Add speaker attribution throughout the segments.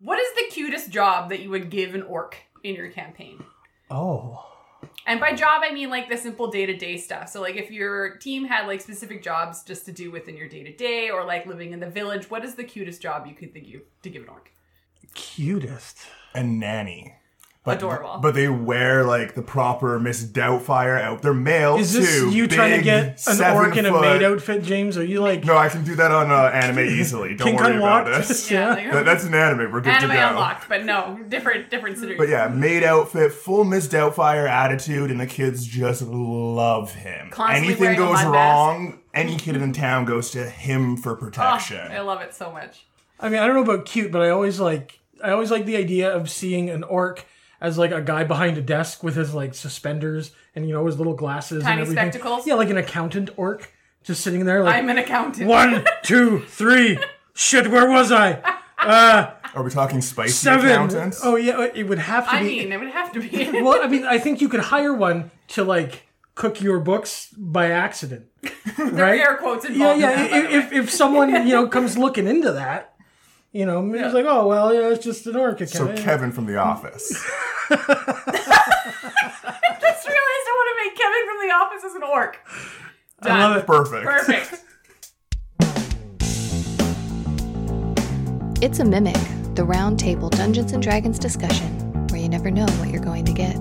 Speaker 1: What is the cutest job that you would give an orc in your campaign?
Speaker 2: Oh.
Speaker 1: And by job, I mean like the simple day to day stuff. So, like, if your team had like specific jobs just to do within your day to day or like living in the village, what is the cutest job you could think you to give an orc?
Speaker 2: Cutest.
Speaker 3: A nanny.
Speaker 1: Adorable.
Speaker 3: But they wear like the proper Miss Doubtfire out. They're male
Speaker 2: Is this
Speaker 3: too.
Speaker 2: you trying to
Speaker 3: Big,
Speaker 2: get an
Speaker 3: seven
Speaker 2: orc in a
Speaker 3: foot-
Speaker 2: maid outfit, James? Are you like
Speaker 3: No, I can do that on uh, anime easily. Don't
Speaker 2: King
Speaker 3: worry
Speaker 2: Kong
Speaker 3: about
Speaker 2: walked?
Speaker 3: this.
Speaker 2: yeah.
Speaker 1: like,
Speaker 3: That- that's an anime. We're good
Speaker 1: anime
Speaker 3: to go.
Speaker 1: unlocked, but no, different different scenario.
Speaker 3: But yeah, maid outfit, full Miss Doubtfire attitude, and the kids just love him.
Speaker 1: Constantly
Speaker 3: Anything
Speaker 1: wearing a
Speaker 3: goes
Speaker 1: mud
Speaker 3: wrong, any kid in town goes to him for
Speaker 1: Oh,
Speaker 3: protection.
Speaker 1: I love it so much.
Speaker 2: I mean, I don't know about cute, but I always like I always like the idea of seeing an orc as like a guy behind a desk with his like suspenders and you know his little glasses
Speaker 1: Tiny
Speaker 2: and everything.
Speaker 1: spectacles?
Speaker 2: Yeah, like an accountant orc just sitting there like
Speaker 1: I'm an accountant.
Speaker 2: one, two, three. Shit, where was I?
Speaker 3: Are we talking spicy
Speaker 2: Seven.
Speaker 3: accountants?
Speaker 2: Oh yeah, it would have to
Speaker 1: I
Speaker 2: be.
Speaker 1: mean, it would have to be.
Speaker 2: well, I mean, I think you could hire one to like cook your books by accident, right?
Speaker 1: Air quotes
Speaker 2: yeah,
Speaker 1: involved.
Speaker 2: yeah.
Speaker 1: in that, by
Speaker 2: i-
Speaker 1: the way.
Speaker 2: If, if someone you know comes looking into that, you know, it's like, oh well, you know, it's just an orc. It's
Speaker 3: So
Speaker 2: kinda-
Speaker 3: Kevin from The Office.
Speaker 1: just realized I want to make Kevin from The Office as an orc. Done.
Speaker 2: I love it.
Speaker 3: Perfect.
Speaker 1: Perfect.
Speaker 4: It's a Mimic, the round table Dungeons and Dragons discussion, where you never know what you're going to get.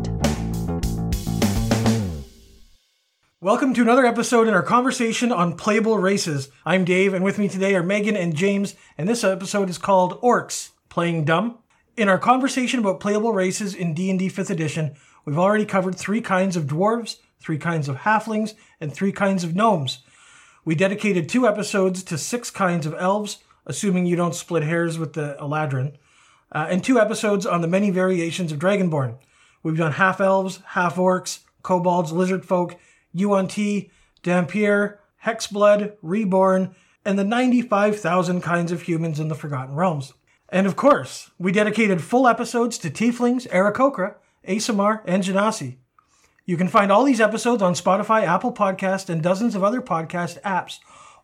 Speaker 2: Welcome to another episode in our conversation on playable races. I'm Dave, and with me today are Megan and James, and this episode is called Orcs Playing Dumb. In our conversation about playable races in D&D 5th edition, we've already covered three kinds of dwarves, three kinds of halflings, and three kinds of gnomes. We dedicated two episodes to six kinds of elves, assuming you don't split hairs with the Eladrin, uh, and two episodes on the many variations of Dragonborn. We've done half elves, half orcs, kobolds, lizard folk, UNT, Dampier, Hexblood, Reborn, and the 95,000 kinds of humans in the Forgotten Realms. And of course, we dedicated full episodes to Tieflings, Arakokra, Asimar, and Genasi. You can find all these episodes on Spotify, Apple Podcast, and dozens of other podcast apps.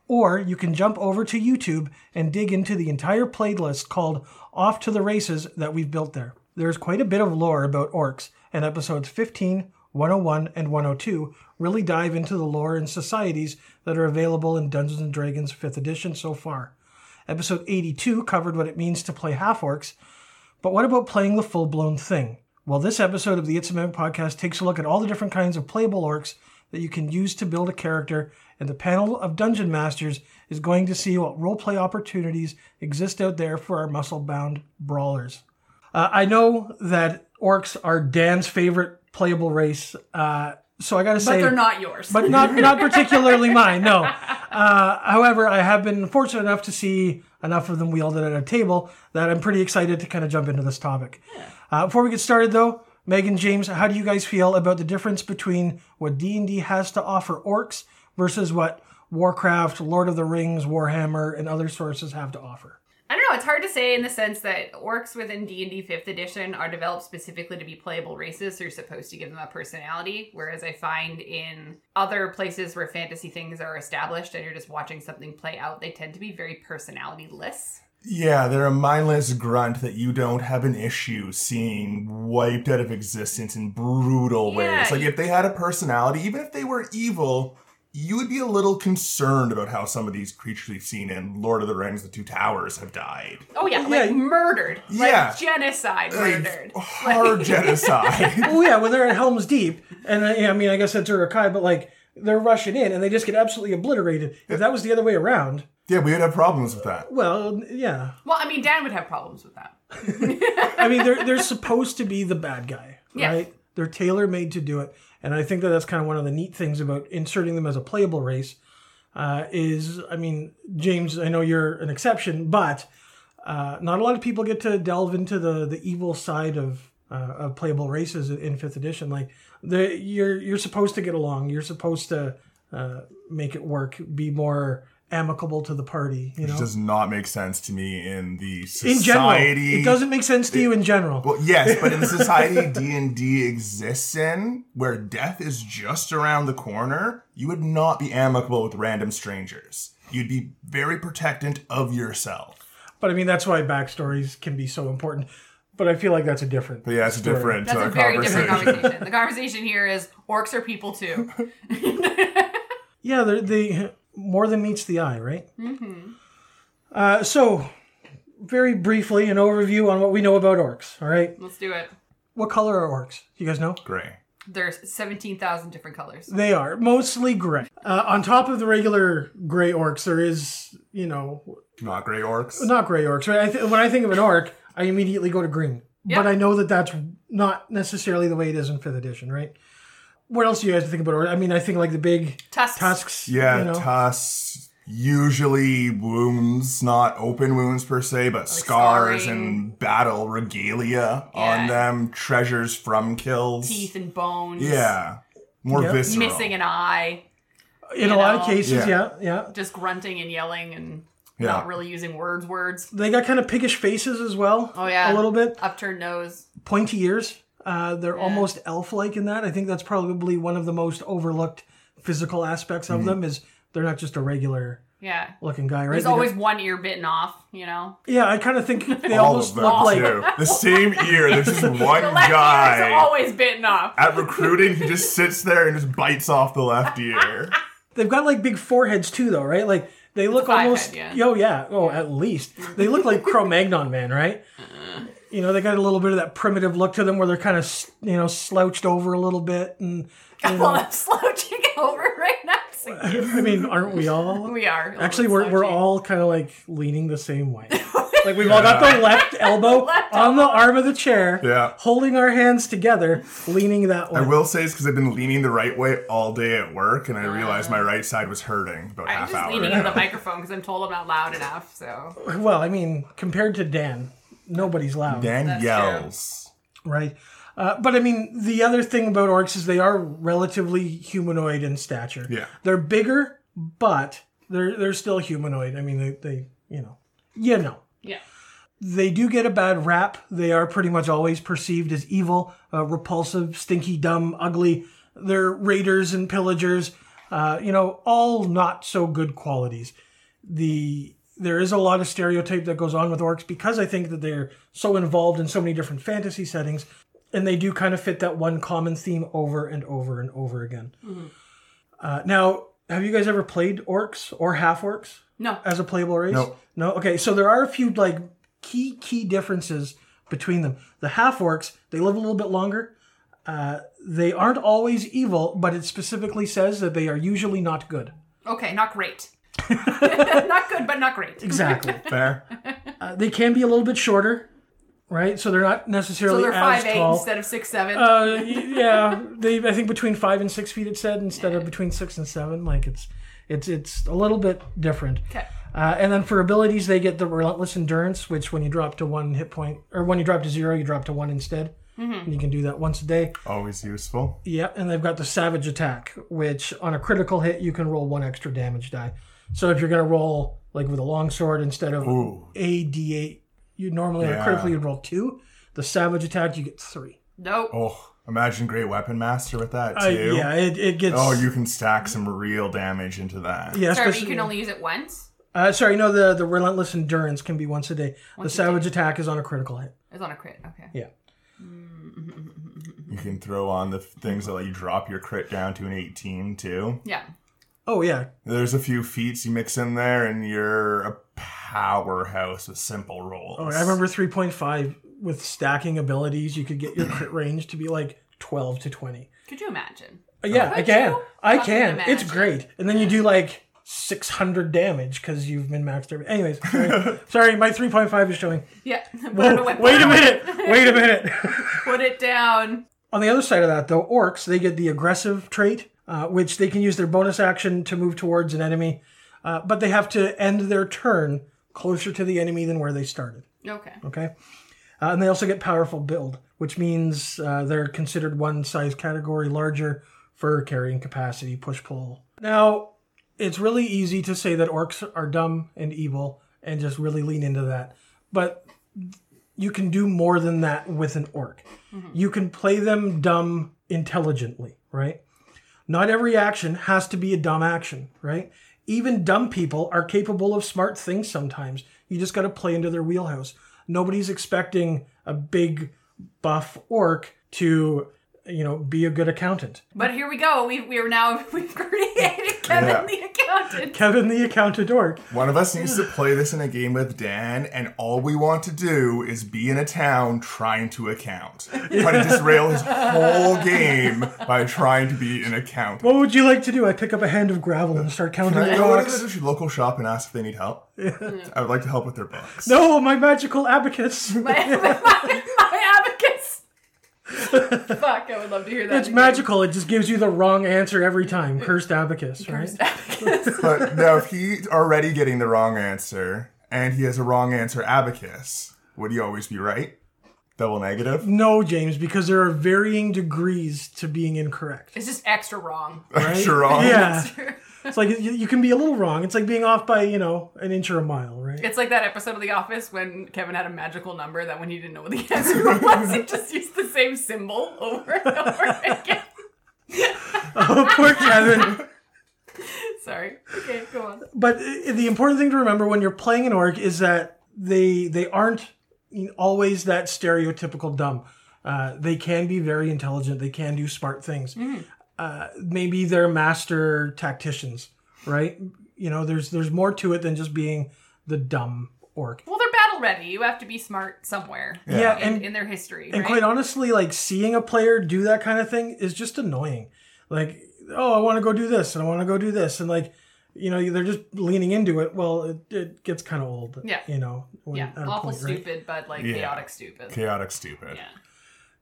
Speaker 2: Or you can jump over to YouTube and dig into the entire playlist called Off to the Races that we've built there. There's quite a bit of lore about orcs, and episodes 15, 101, and 102 really dive into the lore and societies that are available in Dungeons and Dragons 5th edition so far. Episode 82 covered what it means to play half orcs, but what about playing the full blown thing? Well, this episode of the It's a Man podcast takes a look at all the different kinds of playable orcs that you can use to build a character, and the panel of dungeon masters is going to see what roleplay opportunities exist out there for our muscle bound brawlers. Uh, I know that orcs are Dan's favorite playable race, uh, so I gotta
Speaker 1: But
Speaker 2: say
Speaker 1: they're not yours.
Speaker 2: but not not particularly mine. No. Uh, however, I have been fortunate enough to see enough of them wielded at a table that I'm pretty excited to kind of jump into this topic. Uh, before we get started, though, Megan James, how do you guys feel about the difference between what D and D has to offer orcs versus what Warcraft, Lord of the Rings, Warhammer, and other sources have to offer?
Speaker 1: I don't know. It's hard to say in the sense that orcs within D and D Fifth Edition are developed specifically to be playable races. So you're supposed to give them a personality. Whereas I find in other places where fantasy things are established and you're just watching something play out, they tend to be very personality-less.
Speaker 3: Yeah, they're a mindless grunt that you don't have an issue seeing wiped out of existence in brutal
Speaker 1: Yeah.
Speaker 3: ways. Like if they had a personality, even if they were evil, you would be a little concerned about how some of these creatures we've seen in Lord of the Rings, The Two Towers, have died.
Speaker 1: Oh yeah,
Speaker 2: Yeah.
Speaker 1: like murdered,
Speaker 3: Yeah.
Speaker 1: like genocide, murdered.
Speaker 3: Like, oh. hard genocide.
Speaker 2: Oh yeah, when they're at Helm's Deep, and uh, I, I mean, I guess that's Urukai, but like they're rushing in and they just get absolutely obliterated. If that was the other way around,
Speaker 3: yeah, we would have problems with that.
Speaker 2: well, yeah.
Speaker 1: Well, I mean, Dan would have problems with that.
Speaker 2: I mean, they're they're supposed to be the bad guy,
Speaker 1: Yeah.
Speaker 2: right? They're tailor made to do it, and I think that that's kind of one of the neat things about inserting them as a playable race. Uh, is I mean, James, I know you're an exception, but uh, not a lot of people get to delve into the the evil side of. Uh, of playable races in fifth edition, like the you're you're supposed to get along, you're supposed to uh, make it work, be more amicable to the party. You
Speaker 3: It
Speaker 2: know,
Speaker 3: does not make sense to me in the
Speaker 2: in general,
Speaker 3: society.
Speaker 2: it doesn't make sense to you in general.
Speaker 3: Well, yes, but in the society D and D exists in, where death is just around the corner, you would not be amicable with random strangers. You'd be very protectant of yourself.
Speaker 2: But I mean, that's why backstories can be so important. But I feel like that's a different.
Speaker 3: But yeah, it's a
Speaker 2: story.
Speaker 3: different
Speaker 1: That's
Speaker 3: uh,
Speaker 1: a very
Speaker 3: conversation.
Speaker 1: different conversation. the conversation here is orcs are people too.
Speaker 2: Yeah, they're, they more than meets the eye, right? Mm-hmm. Uh, so, very briefly, an overview on what we know about orcs. All right,
Speaker 1: Let's do it.
Speaker 2: what color are orcs? You guys know?
Speaker 3: Gray.
Speaker 1: There's 17,000 different colors.
Speaker 2: They are mostly gray. Uh, on top of the regular gray orcs, there is, you know,
Speaker 3: Not gray orcs.
Speaker 2: not gray orcs. Right? I th- when I think of an orc, I immediately go to green. But I know that that's not necessarily the way it is in fifth edition, right? What else do you guys think about? orcs? I mean, I think like the big
Speaker 1: Tusks.
Speaker 2: tusks.
Speaker 3: Yeah,
Speaker 2: you know?
Speaker 3: tusks. Usually wounds, not open wounds per se, but scars
Speaker 1: scarring.
Speaker 3: and battle regalia
Speaker 1: Yeah.
Speaker 3: on them. Treasures from kills.
Speaker 1: Teeth and bones.
Speaker 3: Yeah. More
Speaker 2: Yep.
Speaker 3: visceral.
Speaker 1: Missing an eye.
Speaker 2: in a
Speaker 1: you
Speaker 2: lot of
Speaker 1: know.
Speaker 2: cases,
Speaker 3: Yeah.
Speaker 2: yeah, yeah.
Speaker 1: Just grunting and yelling and
Speaker 3: Yeah.
Speaker 1: not really using words, words.
Speaker 2: They got kind of piggish faces as well.
Speaker 1: Oh,
Speaker 2: a
Speaker 1: yeah.
Speaker 2: little bit
Speaker 1: Upturned nose.
Speaker 2: pointy ears. Uh, they're almost elf-like in that. I think that's probably one of the most overlooked physical aspects
Speaker 3: Mm-hmm.
Speaker 2: of them is they're not just a regular
Speaker 1: Yeah.
Speaker 2: looking guy, right?
Speaker 1: There's
Speaker 2: They got-
Speaker 1: always one ear bitten off, you know?
Speaker 2: yeah. I kind of think they
Speaker 3: All
Speaker 2: almost
Speaker 3: of them
Speaker 2: look like
Speaker 3: too. The same ear. There's just one
Speaker 1: The left ear
Speaker 3: guy
Speaker 1: is always bitten off.
Speaker 3: at recruiting. He just sits there and just bites off the left ear.
Speaker 2: They've got like big foreheads too, though, right? Like they look
Speaker 1: five
Speaker 2: almost.
Speaker 1: head, yeah.
Speaker 2: Oh yeah. Oh, at least they look like Cro-Magnon man, right? You know, they got a little bit of that primitive look to them, where they're kind of you know slouched over a little bit, and you
Speaker 1: Well,
Speaker 2: know,
Speaker 1: I'm slouching over right now. So
Speaker 2: I mean, aren't we all?
Speaker 1: we are. a
Speaker 2: Actually,
Speaker 1: little
Speaker 2: we're we're
Speaker 1: slouchy.
Speaker 2: all kind of like leaning the same way. Like we've all got the left elbow
Speaker 1: Left
Speaker 2: on the arm of the chair,
Speaker 3: Yeah.
Speaker 2: holding our hands together, leaning that way.
Speaker 3: I will say it's because I've been leaning the right way all day at work, and I realized my right side was hurting about
Speaker 1: I'm
Speaker 3: half
Speaker 1: just
Speaker 3: hour.
Speaker 1: leaning
Speaker 3: ago.
Speaker 1: into the microphone because I'm told I'm not loud enough. So
Speaker 2: Well, I mean, compared to Dan, nobody's loud.
Speaker 3: Dan
Speaker 1: That's
Speaker 3: yells.
Speaker 2: Right. Uh, but I mean, the other thing about orcs is they are relatively humanoid in stature.
Speaker 3: Yeah.
Speaker 2: They're bigger, but they're they're still humanoid. I mean, they, they you know, you know,
Speaker 1: yeah,
Speaker 2: they do get a bad rap. They are pretty much always perceived as evil, uh, repulsive, stinky, dumb, ugly. They're raiders and pillagers. Uh, you know, all not so good qualities. The there is a lot of stereotype that goes on with orcs because I think that they're so involved in so many different fantasy settings, and they do kind of fit that one common theme over and over and over again. Uh, now, have you guys ever played orcs or half orcs?
Speaker 1: no,
Speaker 2: as a playable race?
Speaker 3: No.
Speaker 2: No. Okay, so there are a few like key key differences between them. The half orcs they live a little bit longer. Uh, they aren't always evil, but it specifically says that they are usually not good.
Speaker 1: okay, not great. not good, but not great.
Speaker 2: Exactly.
Speaker 3: Fair.
Speaker 2: uh, they can be a little bit shorter, right? So they're not necessarily
Speaker 1: So they're
Speaker 2: as
Speaker 1: five eight
Speaker 2: tall.
Speaker 1: instead of six seven.
Speaker 2: uh, y- yeah, they. I think between five and six feet it said instead of between six and seven. Like it's, it's it's a little bit different.
Speaker 1: okay,
Speaker 2: Uh, and then for abilities, they get the relentless endurance, which when you drop to one hit point, or when you drop to zero, you drop to one instead.
Speaker 1: Mm-hmm.
Speaker 2: And you can do that once a day.
Speaker 3: Always useful.
Speaker 2: Yeah, and they've got the savage attack, which on a critical hit, you can roll one extra damage die. So if you're going to roll like with a longsword instead of
Speaker 3: Ooh.
Speaker 2: a d8, you normally on a
Speaker 3: Yeah.
Speaker 2: critical you'd roll two. The savage attack, you get three.
Speaker 1: nope.
Speaker 3: Oh, imagine Great Weapon Master with that
Speaker 2: I-
Speaker 3: too.
Speaker 2: Uh, yeah, it, it gets.
Speaker 3: Oh, you can stack some real damage into that.
Speaker 2: Yeah,
Speaker 1: Sorry, but you
Speaker 2: especially-
Speaker 1: can only use it once.
Speaker 2: uh, sorry, no, the, the relentless endurance can be once a day.
Speaker 1: Once
Speaker 2: the
Speaker 1: a
Speaker 2: savage attack is on a critical hit.
Speaker 1: It's on a crit. Okay.
Speaker 2: Yeah.
Speaker 3: You can throw on the things that let you drop your crit down to an 18 too.
Speaker 1: Yeah.
Speaker 2: Oh, yeah,
Speaker 3: There's a few feats you mix in there, and you're a powerhouse with simple rolls.
Speaker 2: Oh, I remember 3.5 with stacking abilities, you could get your crit range to be like 12 to 20.
Speaker 1: Could you imagine?
Speaker 2: Uh, yeah, I
Speaker 1: Could
Speaker 2: can.
Speaker 1: you?
Speaker 2: I
Speaker 1: Fucking
Speaker 2: can. It's
Speaker 1: imagine.
Speaker 2: great. And then you do like 600 damage because you've min maxed everything. Anyways, sorry, sorry, my 3.5 is showing.
Speaker 1: Yeah.
Speaker 2: Whoa, wait a minute. Wait a minute.
Speaker 1: Put it down.
Speaker 2: On the other side of that, though, orcs, they get the aggressive trait, uh, which they can use their bonus action to move towards an enemy, uh, but they have to end their turn closer to the enemy than where they started.
Speaker 1: Okay.
Speaker 2: Okay. Uh, and they also get powerful build, which means uh, they're considered one size category larger for carrying capacity, push pull. Now, it's really easy to say that orcs are dumb and evil and just really lean into that. But you can do more than that with an orc. You can play them dumb intelligently, right? Not every action has to be a dumb action, right? Even dumb people are capable of smart things sometimes. You just got to play into their wheelhouse. Nobody's expecting a big buff orc to, you know, be a good accountant.
Speaker 1: But here we go. We we are now we've created Kevin
Speaker 3: Yeah.
Speaker 1: the accountant.
Speaker 2: Kevin the accountant orc.
Speaker 3: One of us needs to play this in a game with Dan, and all we want to do is be in a town trying to account. Try to disrail his whole game by trying to be an accountant.
Speaker 2: What would you like to do? I pick up a hand of gravel and start counting
Speaker 3: Can I
Speaker 2: the
Speaker 3: go into
Speaker 2: rocks.
Speaker 3: the local shop and ask if they need help? I would like to help with their books.
Speaker 2: No, my magical abacus.
Speaker 1: My, my, my abacus. Fuck, I would love to hear that.
Speaker 2: It's
Speaker 1: again.
Speaker 2: magical. It just gives you the wrong answer every time. Cursed abacus, right?
Speaker 3: But now, if he's already getting the wrong answer, and he has a wrong answer abacus, would he always be right? Double negative?
Speaker 2: No, James, because there are varying degrees to being incorrect.
Speaker 1: It's just extra wrong.
Speaker 2: right?
Speaker 3: Sure wrong.
Speaker 2: Yeah. it's like you, you can be a little wrong. It's like being off by, you know, an inch or a mile, right?
Speaker 1: It's like that episode of The Office when Kevin had a magical number that when he didn't know what the answer was, he just used the same symbol over and over again.
Speaker 2: Oh, poor Kevin.
Speaker 1: Sorry. Okay, go on.
Speaker 2: But i- the important thing to remember when you're playing an orc is that they they aren't always that stereotypical dumb. Uh, they can be very intelligent. They can do smart things. Uh, maybe they're master tacticians, right? You know, there's there's more to it than just being the dumb orc.
Speaker 1: Well, they're battle ready. You have to be smart somewhere
Speaker 2: Yeah,
Speaker 1: in,
Speaker 2: and
Speaker 1: in their history.
Speaker 2: And
Speaker 1: right?
Speaker 2: quite honestly, like seeing a player do that kind of thing is just annoying. Like, oh, I want to go do this and I want to go do this. And like, you know, they're just leaning into it. Well, it, it gets kind of old.
Speaker 1: Yeah.
Speaker 2: You know, when-
Speaker 1: yeah,
Speaker 2: at a
Speaker 1: awful
Speaker 2: point, right?
Speaker 1: stupid, but like
Speaker 3: Yeah.
Speaker 1: chaotic stupid.
Speaker 3: Chaotic stupid.
Speaker 1: Yeah.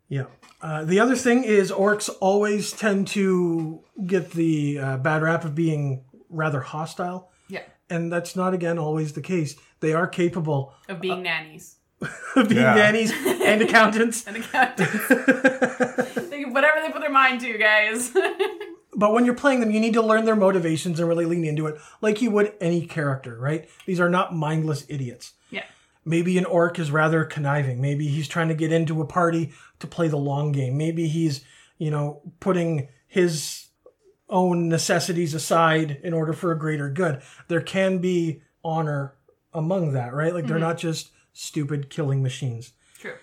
Speaker 2: Yeah. Uh, the other thing is orcs always tend to get the uh, bad rap of being rather hostile.
Speaker 1: Yeah.
Speaker 2: And that's not, again, always the case. They are capable
Speaker 1: Of being nannies.
Speaker 2: of being
Speaker 3: Yeah.
Speaker 2: nannies and accountants.
Speaker 1: And accountants. They can- Whatever they put their mind to, guys.
Speaker 2: but when you're playing them, you need to learn their motivations and really lean into it, like you would any character, right? These are not mindless idiots.
Speaker 1: yeah.
Speaker 2: Maybe an orc is rather conniving. Maybe he's trying to get into a party to play the long game. Maybe he's, you know, putting his own necessities aside in order for a greater good. There can be honor among that, right? Like they're not just stupid killing machines.
Speaker 1: True.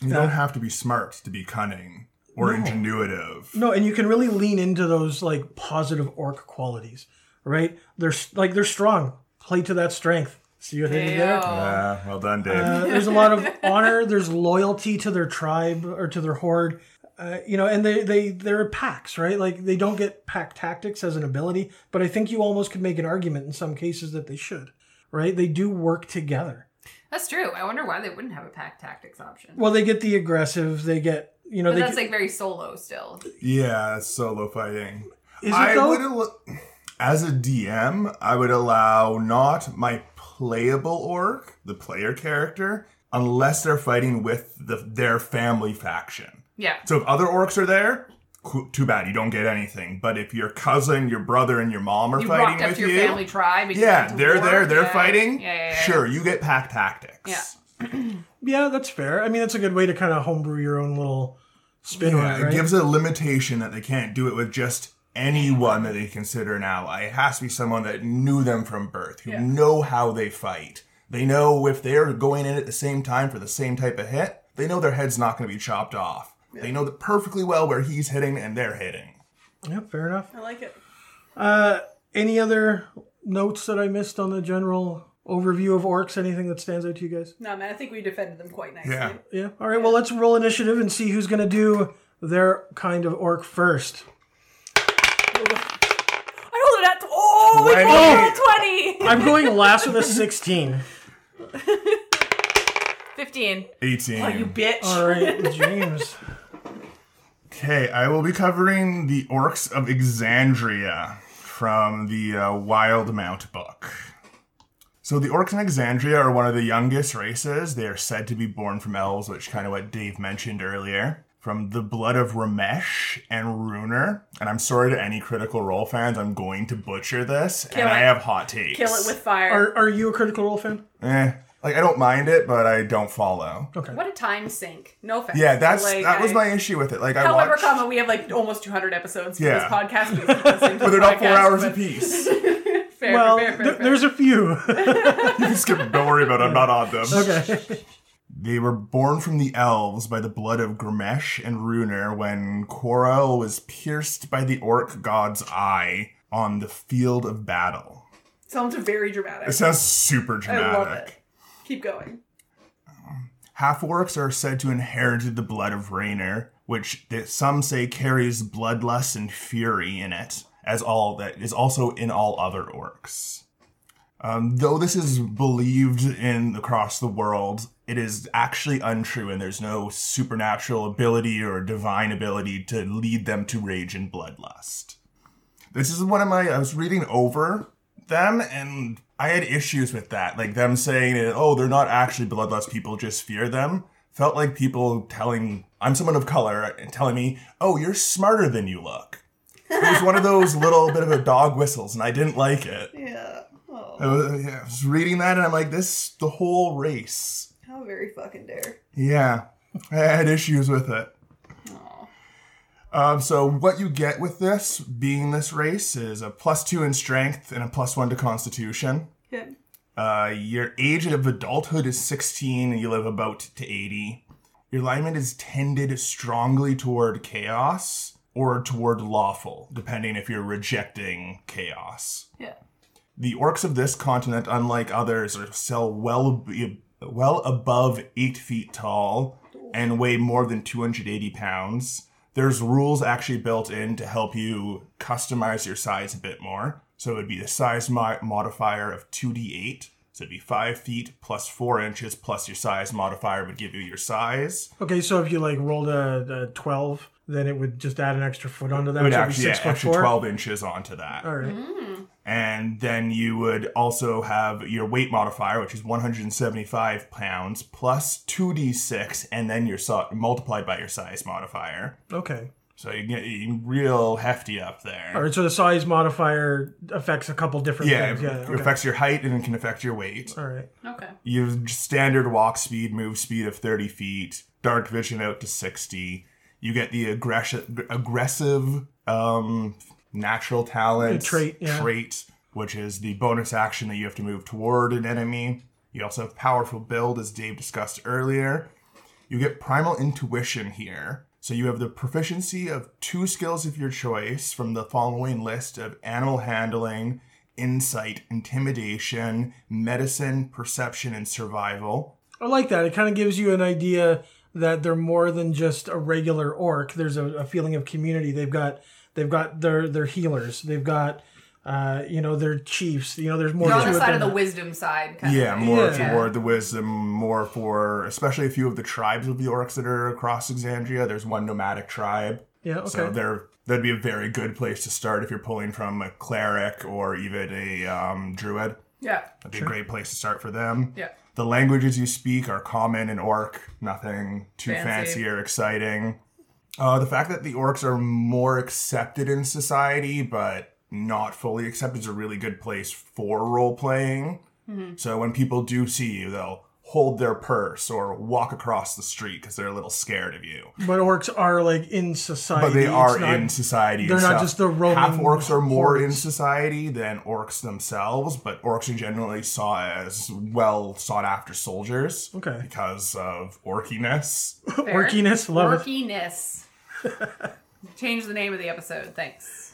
Speaker 3: You don't have to be smart to be cunning or ingenuitive.
Speaker 2: No, and you can really lean into those like positive orc qualities, right? They're s- like they're strong. Play to that strength. See what they did there?
Speaker 1: Ayo.
Speaker 3: Yeah, well done, Dave.
Speaker 2: Uh, there's a lot of honor. There's loyalty to their tribe or to their horde. Uh, you know, and they they they're packs, right? Like they don't get pack tactics as an ability, but I think you almost could make an argument in some cases that they should, right? They do work together.
Speaker 1: That's true. I wonder why they wouldn't have a pack tactics option.
Speaker 2: Well, they get the aggressive. They get you know
Speaker 1: but
Speaker 2: they
Speaker 1: that's
Speaker 2: get-
Speaker 1: like very solo still.
Speaker 3: yeah, that's solo fighting.
Speaker 2: is it
Speaker 3: I
Speaker 2: though?
Speaker 3: would al- as a DM, I would allow not my playable orc, the player character, unless they're fighting with the, their family faction.
Speaker 1: Yeah.
Speaker 3: So if other orcs are there, coo- too bad you don't get anything. But if your cousin, your brother, and your mom are
Speaker 1: You rocked
Speaker 3: fighting
Speaker 1: up
Speaker 3: with
Speaker 1: to your
Speaker 3: you,
Speaker 1: family tribe. And you
Speaker 3: yeah,
Speaker 1: went to
Speaker 3: they're
Speaker 1: war.
Speaker 3: there, they're
Speaker 1: Yeah.
Speaker 3: fighting.
Speaker 1: Yeah, yeah, yeah.
Speaker 3: Sure, you get pack tactics.
Speaker 1: Yeah.
Speaker 2: Yeah, that's fair. I mean, that's a good way to kind of homebrew your own little spin
Speaker 3: Yeah,
Speaker 2: on it, right?
Speaker 3: It gives a limitation that they can't do it with just anyone that they consider an ally. It has to be someone that knew them from birth, who
Speaker 1: Yeah.
Speaker 3: know how they fight. They know if they're going in at the same time for the same type of hit, they know their head's not going to be chopped off. They know that perfectly well where he's hitting and they're hitting.
Speaker 2: yeah, fair enough.
Speaker 1: I like it.
Speaker 2: Uh, any other notes that I missed on the general overview of orcs? Anything that stands out to you guys?
Speaker 1: No, man, I think we defended them quite nicely.
Speaker 3: Yeah.
Speaker 2: Yeah. All right. Well, let's roll initiative and see who's going to do their kind of orc first.
Speaker 1: I rolled it at oh, we
Speaker 3: Twenty.
Speaker 1: rolled a 20.
Speaker 2: I'm going last with a 16.
Speaker 1: 15.
Speaker 3: 18.
Speaker 1: Oh, you bitch.
Speaker 2: All right, James.
Speaker 3: Okay, I will be covering the Orcs of Exandria from the uh, Wild Mount book. So, the Orcs in Exandria are one of the youngest races. They are said to be born from elves, which kind of what Dave mentioned earlier, from the blood of Ramesh and Runer. And I'm sorry to any Critical Role fans, I'm going to butcher this, and
Speaker 1: it.
Speaker 3: I have hot takes.
Speaker 1: Kill it with fire.
Speaker 2: Are, are you a Critical Role fan?
Speaker 3: Eh, like, I don't mind it, but I don't follow.
Speaker 2: Okay.
Speaker 1: What a time sink. No offense.
Speaker 3: Yeah, that's
Speaker 1: Like,
Speaker 3: that was
Speaker 1: I-
Speaker 3: my issue with it. Like, I
Speaker 1: However,
Speaker 3: watched,
Speaker 1: comma, we have like almost 200 episodes for
Speaker 3: Yeah.
Speaker 1: this podcast. We keep listening to
Speaker 3: but they're
Speaker 1: the
Speaker 3: not four
Speaker 1: podcast,
Speaker 3: hours
Speaker 1: but-
Speaker 3: apiece.
Speaker 1: Fair
Speaker 2: well, there- there's a few.
Speaker 3: You can skip them. Don't worry about it. I'm not on them.
Speaker 2: okay.
Speaker 3: They were born from the elves by the blood of Grimesh and Runer when Quorrell was pierced by the orc god's eye on the field of battle.
Speaker 5: Sounds very dramatic.
Speaker 3: It sounds super
Speaker 5: I
Speaker 3: dramatic.
Speaker 5: love it. Keep going.
Speaker 3: Half orcs are said to inherit the blood of Rainer, which th- some say carries bloodlust and fury in it, as all that is also in all other orcs. Um, though this is believed in across the world, it is actually untrue, and there's no supernatural ability or divine ability to lead them to rage and bloodlust. This is one of my. I was reading over them, and I had issues with that. Like them saying, that, "Oh, they're not actually bloodlust people; just fear them." Felt like people telling, "I'm someone of color," and telling me, "Oh, you're smarter than you look." It was one of those little bit of a dog whistles, and I didn't like it.
Speaker 5: Yeah.
Speaker 3: I
Speaker 5: Oh,
Speaker 3: was, yeah, I was reading that, and I'm like, "This the whole race."
Speaker 5: how very fucking dare.
Speaker 3: Yeah, I had issues with it.
Speaker 5: Oh.
Speaker 3: Um, so what you get with this being this race is a plus two in strength and a plus one to constitution.
Speaker 5: Okay.
Speaker 3: Uh, your age of adulthood is 16 and you live about to 80. Your alignment is tended strongly toward chaos or toward lawful, depending if you're rejecting chaos.
Speaker 5: Yeah.
Speaker 3: The orcs of this continent, unlike others, are still well well above eight feet tall and weigh more than 280 pounds. There's rules actually built in to help you customize your size a bit more. So it would be the size mo- modifier of 2d8. So it'd be five feet plus four inches plus your size modifier would give you your size.
Speaker 2: Okay, so if you like rolled a, a twelve, then it would just add an extra foot onto that.
Speaker 3: It would
Speaker 2: so it'd be
Speaker 3: actually
Speaker 2: six
Speaker 3: yeah,
Speaker 2: foot
Speaker 3: extra
Speaker 2: four.
Speaker 3: 12 inches onto that.
Speaker 2: All right.
Speaker 3: and then you would also have your weight modifier, which is 175 pounds plus 2d6, and then your so- multiplied by your size modifier.
Speaker 2: Okay.
Speaker 3: So you get you real hefty up there.
Speaker 2: All right. So the size modifier affects a couple different
Speaker 3: yeah,
Speaker 2: things.
Speaker 3: it
Speaker 2: Yeah. Okay.
Speaker 3: affects your height and it can affect your weight.
Speaker 2: All right.
Speaker 1: Okay.
Speaker 3: You have standard walk speed, move speed of 30 feet, dark vision out to 60. You get the aggressi- aggressive um, natural talent
Speaker 2: The trait, yeah.
Speaker 3: trait, which is the bonus action that you have to move toward an enemy. You also have powerful build, as Dave discussed earlier. You get primal intuition here. So you have the proficiency of two skills of your choice from the following list of animal handling, insight, intimidation, medicine, perception, and survival.
Speaker 2: I like that. It kind of gives you an idea that they're more than just a regular orc. There's a, a feeling of community. They've got they've got their their healers. They've got uh, you know their chiefs. You know, there's more
Speaker 1: You're
Speaker 2: to
Speaker 1: on
Speaker 2: it
Speaker 1: the side
Speaker 2: than
Speaker 1: of the
Speaker 2: that.
Speaker 1: wisdom side. Kind
Speaker 3: Yeah,
Speaker 1: of thing.
Speaker 3: more
Speaker 2: Yeah.
Speaker 3: toward the wisdom, more for especially a few of the tribes of the orcs that are across Exandria. There's one nomadic tribe.
Speaker 2: Yeah. Okay.
Speaker 3: So there, that'd be a very good place to start if you're pulling from a cleric or even a um, druid.
Speaker 1: Yeah.
Speaker 3: That'd be a great place to start for them.
Speaker 1: Yeah.
Speaker 3: The languages you speak are common and orc, nothing too fancy,
Speaker 1: Fancy.
Speaker 3: or exciting. Uh, the fact that the orcs are more accepted in society, but not fully accepted, is a really good place for role playing. So when people do see you, they'll hold their purse or walk across the street because they're a little scared of you.
Speaker 2: but orcs are like in society.
Speaker 3: But they
Speaker 2: It's
Speaker 3: are
Speaker 2: not-
Speaker 3: in society.
Speaker 2: they're not
Speaker 3: itself.
Speaker 2: just the roaming
Speaker 3: half orcs are more in
Speaker 2: hordes.
Speaker 3: society than orcs themselves, but orcs are generally saw as well sought after soldiers
Speaker 2: Okay.
Speaker 3: because of orkiness.
Speaker 1: Fair.
Speaker 2: Orkiness, love it.
Speaker 1: Orkiness. Change the name of the episode. Thanks.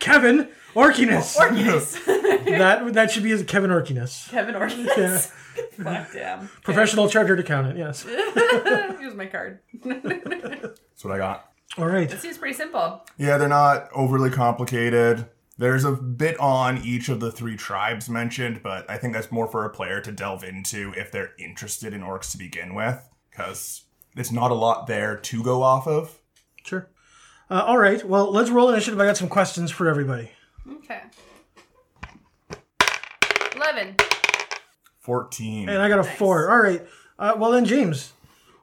Speaker 2: Kevin Orkiness.
Speaker 5: Orkiness.
Speaker 2: that that should be his Kevin Orkiness,
Speaker 5: Kevin Orkiness. Fuck damn.
Speaker 2: professional chartered accountant. Yes.
Speaker 5: Here's my card.
Speaker 3: That's what I got.
Speaker 2: All right.
Speaker 1: Seems pretty simple.
Speaker 3: Yeah, they're not overly complicated. There's a bit on each of the three tribes mentioned, but I think that's more for a player to delve into if they're interested in orcs to begin with, because there's not a lot there to go off of.
Speaker 2: Sure. Uh, all right. Well, let's roll initiative. I got some questions for everybody.
Speaker 1: Okay. Eleven.
Speaker 3: 14.
Speaker 2: And I got a four. All right. Uh, well, then, James,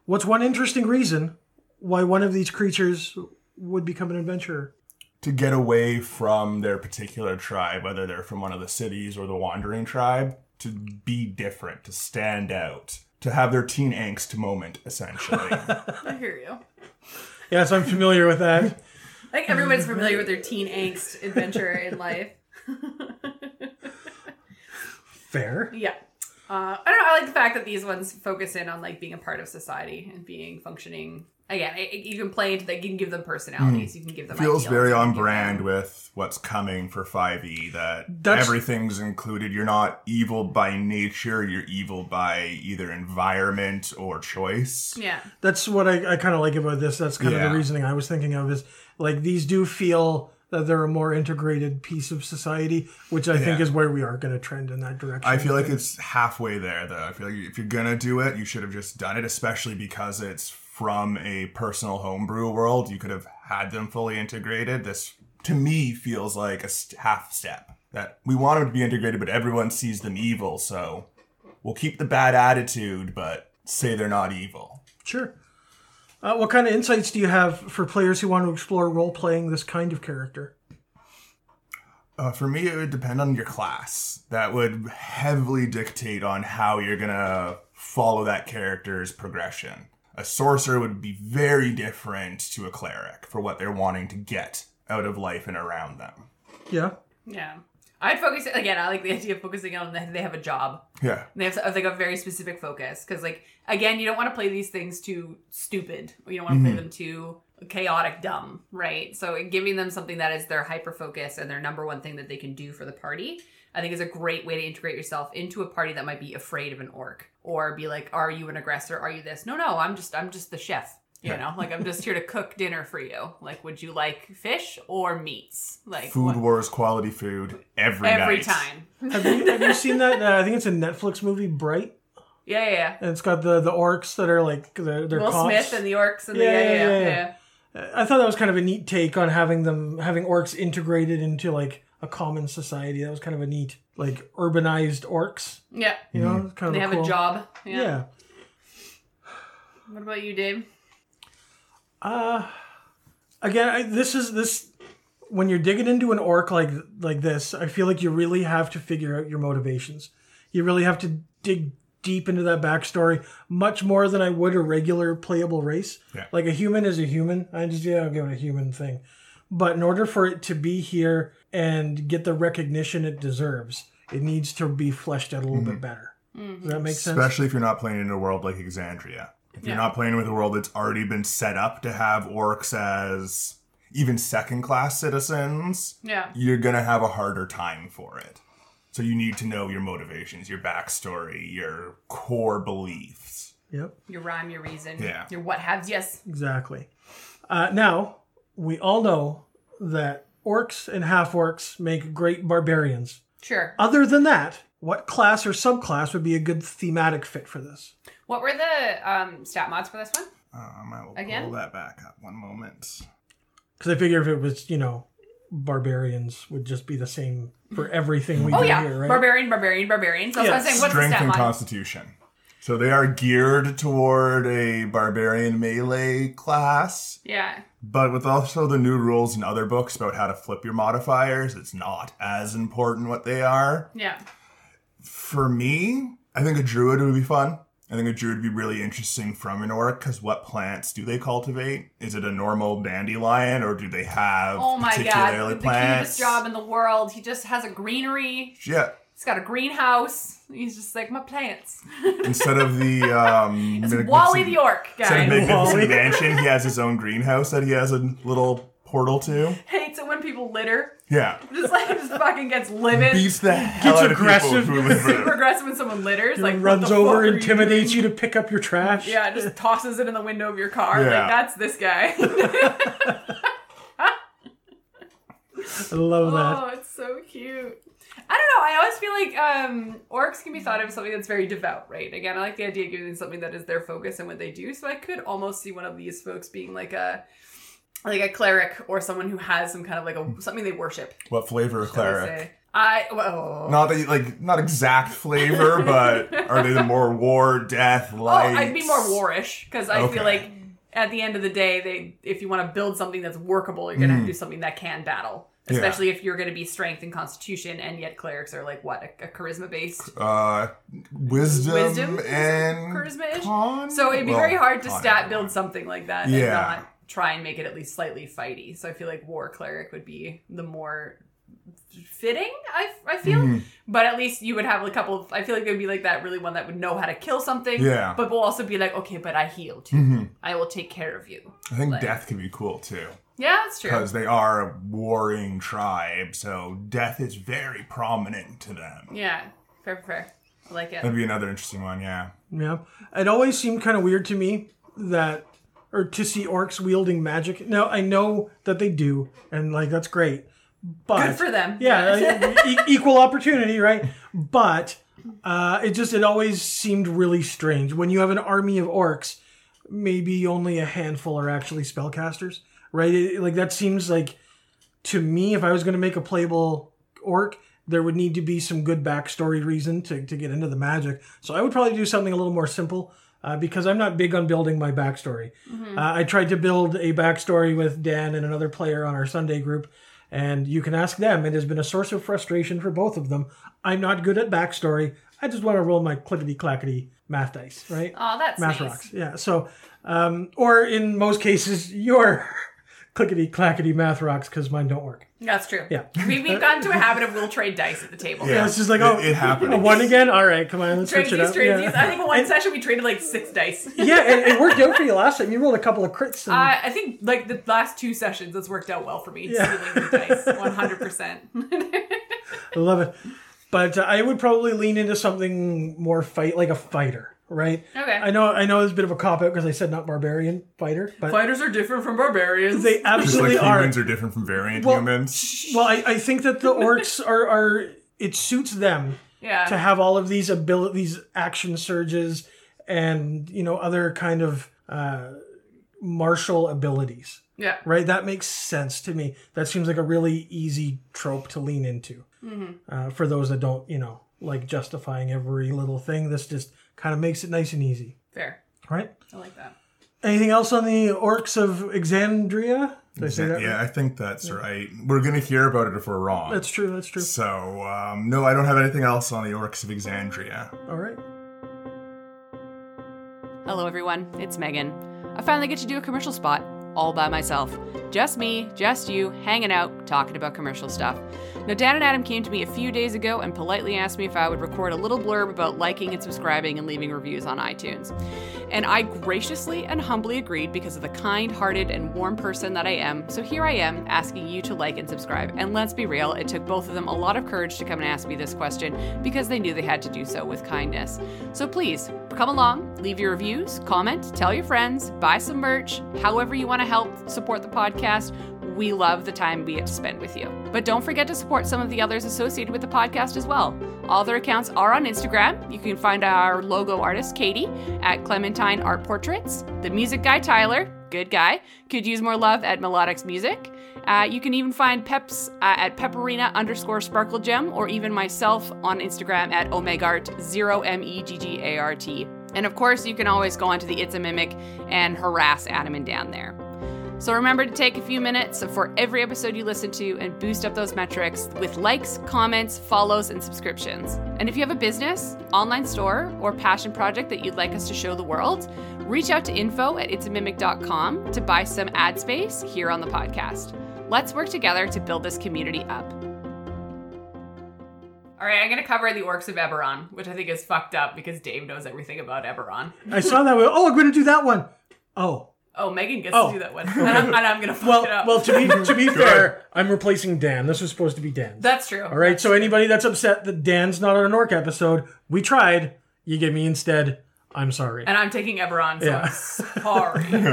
Speaker 2: what's one interesting reason why one of these creatures would become an adventurer?
Speaker 3: to get away from their particular tribe, whether they're from one of the cities or the wandering tribe, to be different, to stand out, to have their teen angst moment, essentially.
Speaker 5: I hear you.
Speaker 2: Yes, I'm familiar with that.
Speaker 5: I think everyone's familiar with their teen angst adventure in life.
Speaker 2: Fair.
Speaker 5: Yeah. Uh, I don't know. I like the fact that these ones focus in on like being a part of society and being functioning. Again, it, it- you can play into that. You can give them personalities. You can give them.
Speaker 3: Hmm. feels
Speaker 5: ideals,
Speaker 3: very
Speaker 5: you can
Speaker 3: on
Speaker 5: give them-
Speaker 3: brand with what's coming for 5e that
Speaker 2: That's-
Speaker 3: everything's included you're not evil by nature you're evil by either environment or choice
Speaker 5: Yeah.
Speaker 2: that's what I, I kind of like about this. That's kind of
Speaker 3: Yeah.
Speaker 2: the reasoning I was thinking of is like these do feel that they're a more integrated piece of society, which I think
Speaker 3: Yeah.
Speaker 2: is where we are going to trend in that direction.
Speaker 3: i feel like it's halfway there though i feel like if you're gonna do it you should have just done it especially because it's from a personal homebrew world you could have had them fully integrated this to me feels like a st- half step that we want them to be integrated but everyone sees them evil so we'll keep the bad attitude but say they're not evil
Speaker 2: sure. Uh, what kind of insights do you have for players who want to explore role playing this kind of character?
Speaker 3: Uh, for me, it would depend on your class. That would heavily dictate on how you're gonna follow that character's progression. A sorcerer would be very different to a cleric for what they're wanting to get out of life and around them.
Speaker 2: Yeah,
Speaker 5: Yeah. I'd focus again. I like the idea of focusing on that they have a job.
Speaker 3: Yeah.
Speaker 5: They have like a very specific focus because, like, again, you don't want to play these things too stupid. Or you don't want to play them too chaotic, dumb, right? So giving them something that is their hyper focus and their number one thing that they can do for the party, I think, is a great way to integrate yourself into a party that might be afraid of an orc or be like, "Are you an aggressor? Are you this?" No, no, I'm just, I'm just the chef. You
Speaker 3: Yeah.
Speaker 5: know, like I'm just here to cook dinner for you. Like, would you like fish or meats? Like
Speaker 3: Food
Speaker 5: what-
Speaker 3: wars, quality food every
Speaker 5: every
Speaker 3: night.
Speaker 5: time.
Speaker 2: have you, have you seen that? Uh, I think it's a Netflix movie, Bright,
Speaker 5: Yeah, yeah, yeah.
Speaker 2: and it's got the the orcs that are like they're, they're
Speaker 5: Will
Speaker 2: cops.
Speaker 5: Smith and the orcs and
Speaker 2: Yeah,
Speaker 5: the yeah,
Speaker 2: yeah,
Speaker 5: yeah,
Speaker 2: yeah,
Speaker 5: yeah.
Speaker 2: yeah. I thought that was kind of a neat take on having them having orcs integrated into like a common society. That was kind of a neat like urbanized orcs.
Speaker 5: Yeah.
Speaker 2: You know, it's kind
Speaker 5: They
Speaker 2: of
Speaker 5: have
Speaker 2: cool.
Speaker 5: a job. Yeah.
Speaker 2: Yeah.
Speaker 5: What about you, Dave?
Speaker 2: Uh, again, I, this is this when you're digging into an orc like like this. I feel like you really have to figure out your motivations. You really have to dig deep into that backstory much more than I would a regular playable race.
Speaker 3: Yeah.
Speaker 2: Like a human is a human. I just yeah, I'll give it a human thing. But in order for it to be here and get the recognition it deserves, it needs to be fleshed out a little bit better.
Speaker 5: Mm-hmm.
Speaker 2: Does that make sense?
Speaker 3: Mm-hmm. Especially if you're not playing in a world like Exandria. If you're
Speaker 5: Yeah.
Speaker 3: not playing with a world that's already been set up to have orcs as even second class citizens,
Speaker 5: Yeah.
Speaker 3: you're gonna have a harder time for it. So you need to know your motivations, your backstory, your core beliefs.
Speaker 2: Yep.
Speaker 5: Your rhyme, your reason.
Speaker 3: Yeah.
Speaker 5: Your what haves, yes.
Speaker 2: Exactly. Uh, now, we all know that orcs and half orcs make great barbarians.
Speaker 5: Sure.
Speaker 2: Other than that, what class or subclass would be a good thematic fit for this?
Speaker 5: What were the um, stat mods for this one?
Speaker 3: Um, I will
Speaker 5: Again?
Speaker 3: pull that back up one moment.
Speaker 2: Because I figure if it was, you know, barbarians would just be the same for everything we
Speaker 5: Oh
Speaker 2: do
Speaker 5: yeah,
Speaker 2: here, right?
Speaker 5: barbarian, barbarian, barbarian. So
Speaker 2: Yeah,
Speaker 5: I was saying, what's the
Speaker 3: Strength
Speaker 5: stat
Speaker 3: and
Speaker 5: mod?
Speaker 3: Constitution. So they are geared toward a barbarian melee class,
Speaker 5: yeah.
Speaker 3: but with also the new rules in other books about how to flip your modifiers, it's not as important what they are.
Speaker 5: Yeah.
Speaker 3: For me, I think a druid would be fun. I think a druid would be really interesting from an orc because what plants do they cultivate? Is it a normal dandelion or do they have
Speaker 5: Oh my
Speaker 3: particularly
Speaker 5: god, the
Speaker 3: plants?
Speaker 5: cutest job in the world. He just has a greenery.
Speaker 3: yeah,
Speaker 5: He's got a greenhouse. He's just like my plants.
Speaker 3: instead of the um,
Speaker 5: It's
Speaker 3: magnificent-
Speaker 5: Wally the Orc
Speaker 3: instead of
Speaker 5: guy.
Speaker 2: Wally.
Speaker 3: magnificent mansion, he has his own greenhouse that he has a little portal to.
Speaker 5: Hates it when people litter.
Speaker 3: Yeah,
Speaker 5: Just like just fucking gets livid.
Speaker 3: beats the hell out
Speaker 2: aggressive.
Speaker 3: of people who live
Speaker 5: super
Speaker 3: there.
Speaker 5: aggressive when someone litters. Like what
Speaker 2: runs
Speaker 5: the
Speaker 2: over,
Speaker 5: fuck are you
Speaker 2: intimidates
Speaker 5: doing?
Speaker 2: you, to pick up your trash.
Speaker 5: Yeah, just tosses it in the window of your car.
Speaker 3: Yeah.
Speaker 5: Like that's this guy.
Speaker 2: I love that.
Speaker 5: oh, it's so cute. I don't know. I always feel like um, orcs can be thought of as something that's very devout, right? Again, I like the idea of giving them something that is their focus and what they do. So I could almost see one of these folks being like a like a cleric or someone who has some kind of like a something they worship.
Speaker 3: What flavor of
Speaker 5: shall we
Speaker 3: cleric?
Speaker 5: say. I well,
Speaker 3: Not that you, like not exact flavor, but are they the more war, death, light?
Speaker 5: Oh, I'd be more warish because I
Speaker 3: Okay.
Speaker 5: feel like at the end of the day, they if you want to build something that's workable, you're gonna have to do something that can battle.
Speaker 3: Mm. Yeah.
Speaker 5: Especially if you're gonna be strength and constitution, and yet clerics are like what a, a charisma based.
Speaker 3: uh, wisdom,
Speaker 5: Wisdom?
Speaker 3: and
Speaker 5: Charisma-ish?
Speaker 3: con?
Speaker 5: So it'd be
Speaker 3: Well,
Speaker 5: very hard to
Speaker 3: con,
Speaker 5: stat
Speaker 3: yeah.
Speaker 5: build something like that
Speaker 3: Yeah.
Speaker 5: and not try and make it at least slightly fighty. So I feel like war cleric would be the more fitting. I, I feel,
Speaker 3: Mm-hmm. Hmm.
Speaker 5: but at least you would have a couple. Of, I feel like there'd be like that really one that would know how to kill something.
Speaker 3: Yeah. Mm-hmm.
Speaker 5: but will also be like, okay, but I heal too. I will take care of you.
Speaker 3: I think death can be cool too.
Speaker 5: Yeah, that's true.
Speaker 3: Because they are a warring tribe, so death is very prominent to them.
Speaker 5: Yeah, fair, fair. I like it.
Speaker 3: That'd be another interesting one, yeah.
Speaker 2: Yeah. It always seemed kind of weird to me that, or to see orcs wielding magic. Now, I know that they do, and like, that's great. But
Speaker 5: Good for them.
Speaker 2: Yeah, uh, e- equal opportunity, right? But uh, it just, it always seemed really strange. When you have an army of orcs, maybe only a handful are actually spellcasters, right? It- like, that seems like, to me, if I was going to make a playable orc, there would need to be some good backstory reason to, to get into the magic. So I would probably do something a little more simple uh, because I'm not big on building my backstory. Uh, I tried to build a backstory with Dan and another player on our Sunday group, and you can ask them. It has been a source of frustration for both of them. I'm not good at backstory. I just want to roll my clickety clackety math dice, right?
Speaker 5: Oh, that's
Speaker 2: math
Speaker 5: nice.
Speaker 2: rocks. Yeah. So, um, or in most cases, your clickety clackety math rocks because mine don't work.
Speaker 5: That's true.
Speaker 2: Yeah.
Speaker 5: We, we've gotten to a habit of we'll trade dice at the table.
Speaker 2: Yeah,
Speaker 3: Yeah,
Speaker 2: it's just like
Speaker 3: it-
Speaker 2: oh,
Speaker 3: it happens.
Speaker 2: A one again. All right, come on, let's
Speaker 5: Trade
Speaker 2: switch it
Speaker 5: these,
Speaker 2: up.
Speaker 5: trade
Speaker 2: yeah,
Speaker 5: these. I think one session we traded like six dice.
Speaker 2: yeah it, it worked out for you last time. You rolled a couple of crits. And,
Speaker 5: I I think like the last two sessions, it's worked out well for me.
Speaker 2: Yeah.
Speaker 5: Stealing the dice, one hundred percent.
Speaker 2: I love it. But uh, I would probably lean into something more fight, like a fighter, right?
Speaker 5: Okay.
Speaker 2: I know, I know, it's a bit of a cop out because I said not barbarian fighter, but
Speaker 5: Fighters are different from barbarians.
Speaker 2: they
Speaker 3: Just like
Speaker 2: absolutely are.
Speaker 3: humans are different from variant
Speaker 2: Well,
Speaker 3: humans.
Speaker 2: Well, I, I think that the orcs are are it suits them
Speaker 5: yeah.
Speaker 2: to have all of these abilities, these action surges, and you know other kind of uh, martial abilities.
Speaker 5: yeah.
Speaker 2: right? That makes sense to me. That seems like a really easy trope to lean into uh, for those that don't, you know, like justifying every little thing. This just kind of makes it nice and easy,
Speaker 5: Fair.
Speaker 2: right?
Speaker 5: I like that.
Speaker 2: Anything else on the orcs of Exandria? Did I say that?
Speaker 3: Yeah,
Speaker 2: right?
Speaker 3: I think that's right. We're gonna hear about it if we're wrong.
Speaker 2: That's true. That's true.
Speaker 3: So, um, no, I don't have anything else on the orcs of Exandria.
Speaker 2: All right.
Speaker 6: Hello, everyone. It's Megan. I finally get to do a commercial spot all by myself. Just me, just you, hanging out, talking about commercial stuff. Now, Dan and Adam came to me a few days ago and politely asked me if I would record a little blurb about liking and subscribing and leaving reviews on iTunes. And I graciously and humbly agreed because of the kind hearted and warm person that I am. So here I am asking you to like and subscribe. And let's be real, it took both of them a lot of courage to come and ask me this question because they knew they had to do so with kindness. So please come along, leave your reviews, comment, tell your friends, buy some merch, however you want to help support the podcast. We love the time we get to spend with you. But don't forget to support some of the others associated with the podcast as well. All their accounts are on Instagram. You can find our logo artist, Katie, at Clementine Art Portraits, the music guy, Tyler, good guy, could use more love at Melodics Music. Uh, you can even find Peps uh, at Pepperina underscore Sparkle Gem, or even myself on Instagram at Omegart, zero M E G G A R T. And of course, you can always go onto the It's a Mimic and harass Adam and Dan there. So remember to take a few minutes for every episode you listen to and boost up those metrics with likes, comments, follows, and subscriptions. And if you have a business, online store, or passion project that you'd like us to show the world, reach out to info at itsamimic.com to buy some ad space here on the podcast. Let's work together to build this community up.
Speaker 5: All right, I'm gonna cover the orcs of Eberron, which I think is fucked up because Dave knows everything about Eberron.
Speaker 2: I saw that. One. Oh, we're going to do that one. Oh.
Speaker 5: Oh, Megan gets
Speaker 2: Oh.
Speaker 5: to do that one, and I'm, and I'm gonna fuck
Speaker 2: Well,
Speaker 5: it up.
Speaker 2: well. To be to be fair, I'm replacing Dan. This was supposed to be Dan.
Speaker 5: that's true.
Speaker 2: All right. So anybody that's upset that Dan's not on an orc episode, we tried. You get me instead. I'm sorry.
Speaker 5: and I'm taking Eberron, so
Speaker 2: Yeah.
Speaker 5: I'm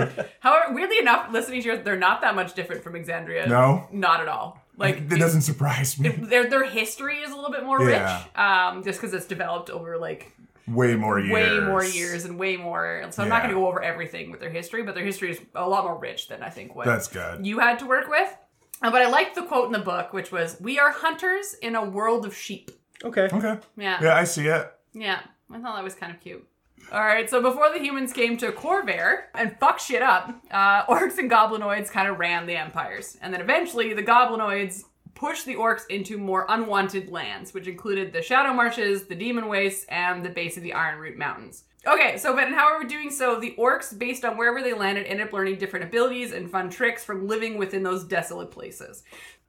Speaker 5: sorry. However, weirdly enough, listening to yours, they're not that much different from Exandria.
Speaker 3: No?
Speaker 5: not at all. Like
Speaker 3: That doesn't surprise me.
Speaker 5: their their history is a little bit more
Speaker 3: Yeah.
Speaker 5: rich, um, just because it's developed over like
Speaker 3: Way more years.
Speaker 5: way more years and way more. So I'm not
Speaker 3: Yeah.
Speaker 5: going to go over everything with their history, but their history is a lot more rich than I think what
Speaker 3: That's good.
Speaker 5: you had to work with. Uh, But I liked the quote in the book, which was, "We are hunters in a world of sheep."
Speaker 2: okay.
Speaker 3: Okay.
Speaker 5: Yeah.
Speaker 3: Yeah, I see it.
Speaker 5: Yeah, I thought that was kind of cute. All right, so before the humans came to Corvair and fucked shit up, uh, orcs and goblinoids kind of ran the empires. And then eventually, the goblinoids pushed the orcs into more unwanted lands, which included the Shadow Marshes, the Demon Wastes, and the base of the Iron Root Mountains. Okay, so but in how are we doing so? The orcs, based on wherever they landed, ended up learning different abilities and fun tricks from living within those desolate places.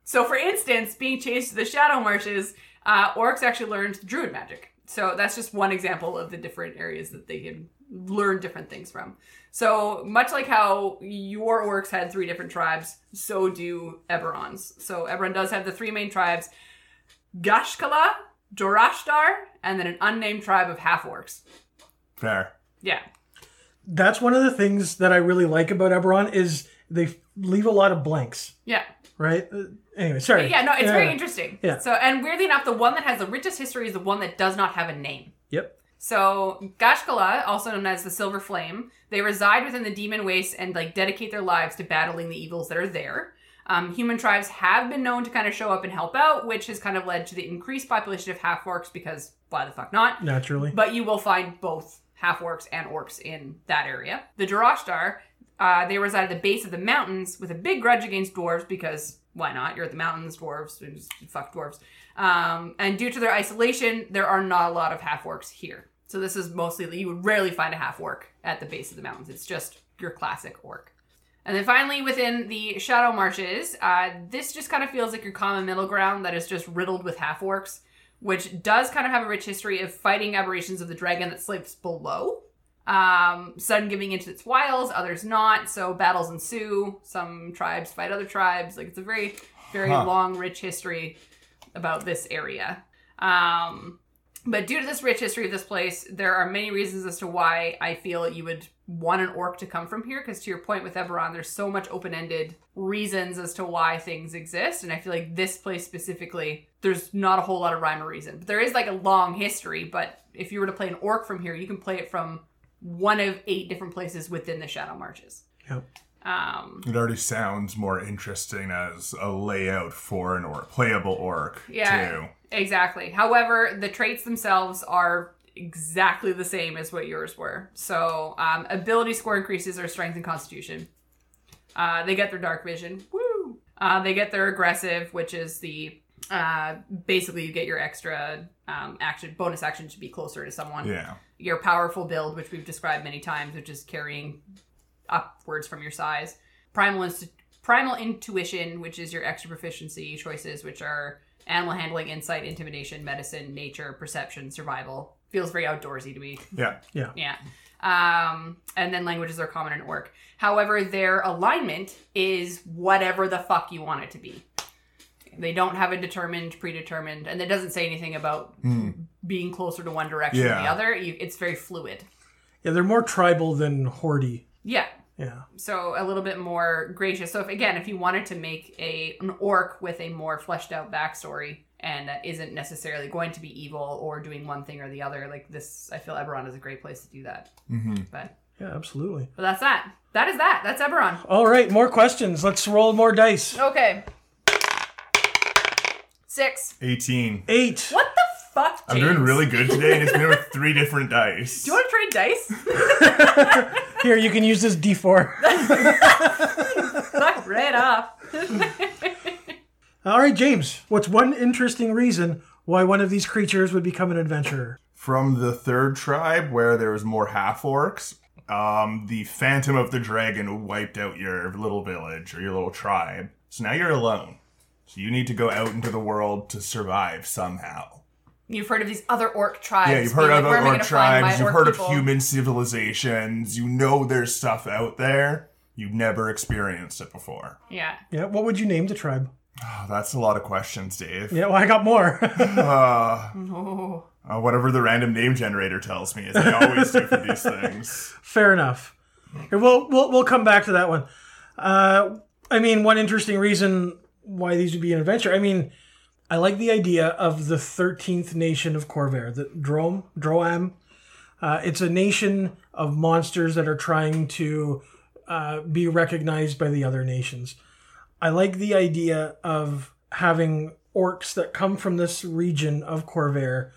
Speaker 5: So, for instance, being chased to the Shadow Marshes, uh, orcs actually learned druid magic. So, that's just one example of the different areas that they can learn different things from. So, much like how your orcs had three different tribes, so do Eberron's. So, Eberron does have the three main tribes Gashkala, Dorashtar, and then an unnamed tribe of half orcs.
Speaker 3: Fair.
Speaker 5: Yeah.
Speaker 2: That's one of the things that I really like about Eberron is they f- leave a lot of blanks,
Speaker 5: Yeah.
Speaker 2: right? Uh, Anyway, sorry.
Speaker 5: Yeah, no, it's very interesting.
Speaker 2: Yeah.
Speaker 5: So, and weirdly enough, the one that has the richest history is the one that does not have a name.
Speaker 2: Yep.
Speaker 5: So, Gashkala, also known as the Silver Flame, they reside within the demon wastes and like dedicate their lives to battling the evils that are there. Um, human tribes have been known to kind of show up and help out, which has kind of led to the increased population of half orcs because why the fuck not?
Speaker 2: Naturally.
Speaker 5: But you will find both half orcs and orcs in that area. The Durashtar, uh, they reside at the base of the mountains with a big grudge against dwarves because why not? You're at the mountains, dwarves, and just fuck dwarves. Um, and due to their isolation, there are not a lot of half orcs here. So this is mostly, you would rarely find a half orc at the base of the mountains. It's just your classic orc. And then finally, within the Shadow Marshes, uh, this just kind of feels like your common middle ground that is just riddled with half orcs, which does kind of have a rich history of fighting aberrations of the dragon that sleeps below. Um, some giving into its wiles, others not. So battles ensue. Some tribes fight other tribes. Like it's a very, very
Speaker 3: Huh.
Speaker 5: long, rich history about this area. Um, but due to this rich history of this place, there are many reasons as to why I feel you would want an orc to come from here. Because to your point with Eberron, there's so much open ended reasons as to why things exist. And I feel like this place specifically, there's not a whole lot of rhyme or reason. But there is like a long history. But if you were to play an orc from here, you can play it from one of eight different places within the Shadow Marches.
Speaker 2: Yep.
Speaker 5: Um,
Speaker 3: It already sounds more interesting as a layout for an or playable orc
Speaker 5: Yeah.
Speaker 3: too.
Speaker 5: Exactly. However, the traits themselves are exactly the same as what yours were. So, um, ability score increases their strength and constitution. Uh, they get their dark vision. Woo! Uh, they get their aggressive, which is the uh, basically you get your extra um, action, bonus action to be closer to someone.
Speaker 3: Yeah.
Speaker 5: Your powerful build, which we've described many times, which is carrying upwards from your size. Primal inst- primal intuition, which is your extra proficiency choices, which are animal handling, insight, intimidation, medicine, nature, perception, survival. Feels very outdoorsy to me.
Speaker 3: Yeah.
Speaker 5: Yeah. Um, and then languages are common in orc. However, their alignment is whatever the fuck you want it to be. They don't have a determined, predetermined, and it doesn't say anything about
Speaker 3: Hmm.
Speaker 5: being closer to one direction than the
Speaker 3: Yeah.
Speaker 5: other. You, it's very fluid.
Speaker 2: Yeah, they're more tribal than hordy.
Speaker 5: Yeah.
Speaker 2: Yeah.
Speaker 5: so a little bit more gracious. So if again, if you wanted to make a an orc with a more fleshed out backstory and that isn't necessarily going to be evil or doing one thing or the other, like this, I feel Eberron is a great place to do that.
Speaker 3: hmm
Speaker 5: But
Speaker 2: Yeah, absolutely.
Speaker 5: but that's that. That is that. That's Eberron.
Speaker 2: All right, more questions. Let's roll more dice.
Speaker 5: Okay. Six.
Speaker 3: 18.
Speaker 2: Eight.
Speaker 5: What the fuck?
Speaker 3: I'm doing
Speaker 5: James?
Speaker 3: really good today, and it's been with three different dice.
Speaker 5: Do you want to trade dice?
Speaker 2: Here, you can use this D4.
Speaker 5: Fuck right off.
Speaker 2: All right, James. What's one interesting reason why one of these creatures would become an adventurer?
Speaker 3: From the third tribe, where there was more half orcs, um, the Phantom of the Dragon wiped out your little village or your little tribe. So now you're alone. So you need to go out into the world to survive somehow.
Speaker 5: You've heard of these other orc tribes.
Speaker 3: Yeah, you've heard
Speaker 5: Being
Speaker 3: of
Speaker 5: like, where am I
Speaker 3: other
Speaker 5: gonna find my
Speaker 3: tribes, you've
Speaker 5: orc
Speaker 3: heard
Speaker 5: people?
Speaker 3: of human civilizations, you know there's stuff out there. You've never experienced it before.
Speaker 5: Yeah.
Speaker 2: Yeah, what would you name the tribe?
Speaker 3: Oh, that's a lot of questions, Dave.
Speaker 2: Yeah, well, I got more.
Speaker 3: Uh,
Speaker 5: Oh.
Speaker 3: uh, whatever the random name generator tells me, as I always do for these things.
Speaker 2: Fair enough. Here, we'll, we'll, we'll come back to that one. Uh, I mean, one interesting reason why these would be an adventure. I mean, I like the idea of the 13th nation of Corvair, the Drome, Droam. Uh, it's a nation of monsters that are trying to uh, be recognized by the other nations. I like the idea of having orcs that come from this region of Corvair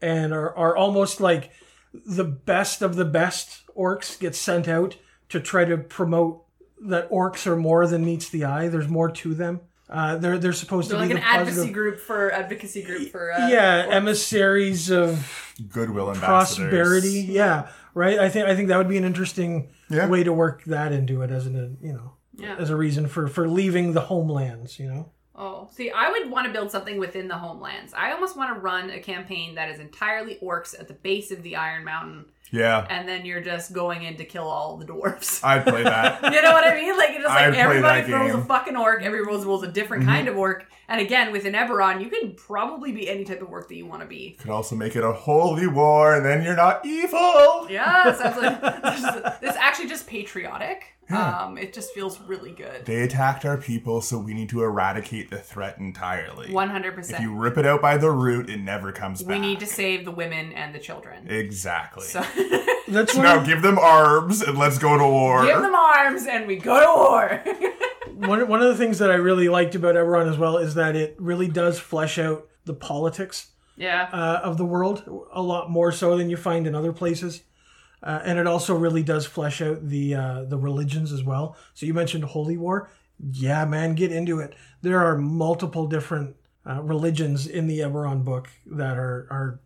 Speaker 2: and are, are almost like the best of the best orcs get sent out to try to promote that orcs are more than meets the eye. There's more to them. Uh, they're they're supposed
Speaker 5: They're
Speaker 2: to
Speaker 5: like
Speaker 2: be
Speaker 5: an
Speaker 2: the positive.
Speaker 5: advocacy group for advocacy group for uh,
Speaker 2: yeah, emissaries of
Speaker 3: Goodwill ambassadors.
Speaker 2: prosperity. Yeah, right. I think I think that would be an interesting
Speaker 3: Yeah.
Speaker 2: way to work that into it as an uh, you know
Speaker 5: Yeah.
Speaker 2: as a reason for for leaving the homelands. You know.
Speaker 5: Oh, see, I would want to build something within the homelands. I almost want to run a campaign that is entirely orcs at the base of the Iron Mountain,
Speaker 3: Yeah,
Speaker 5: and then you're just going in to kill all the dwarves.
Speaker 3: I'd play that.
Speaker 5: You know what I mean? Like, it's just
Speaker 3: I'd
Speaker 5: like
Speaker 3: play
Speaker 5: everybody
Speaker 3: that
Speaker 5: throws a
Speaker 3: game. Mm-hmm.
Speaker 5: fucking orc. Every rules rules a different kind of orc. And again, within Eberron, you can probably be any type of orc that you want to be.
Speaker 3: Could also make it a holy war, and then you're not evil.
Speaker 5: Yeah, sounds like this, is- this is actually just patriotic. Um, it just feels really good.
Speaker 3: They attacked our people, so we need to eradicate the threat entirely.
Speaker 5: One hundred
Speaker 3: If you
Speaker 5: percent.
Speaker 3: rip it out by the root, it never comes back.
Speaker 5: We need to save the women and the children.
Speaker 3: Exactly.
Speaker 5: So
Speaker 2: That's one,
Speaker 3: now give them arms and let's go to war.
Speaker 5: give them arms and we go to war.
Speaker 2: one, one of the things that I really liked about Eberron as well is that it really does flesh out the politics
Speaker 5: yeah.
Speaker 2: uh, of the world a lot more so than you find in other places. Uh, and it also really does flesh out the uh, the religions as well. So you mentioned holy war. Yeah, man, get into it. There are multiple different uh, religions in the Eberron book that are are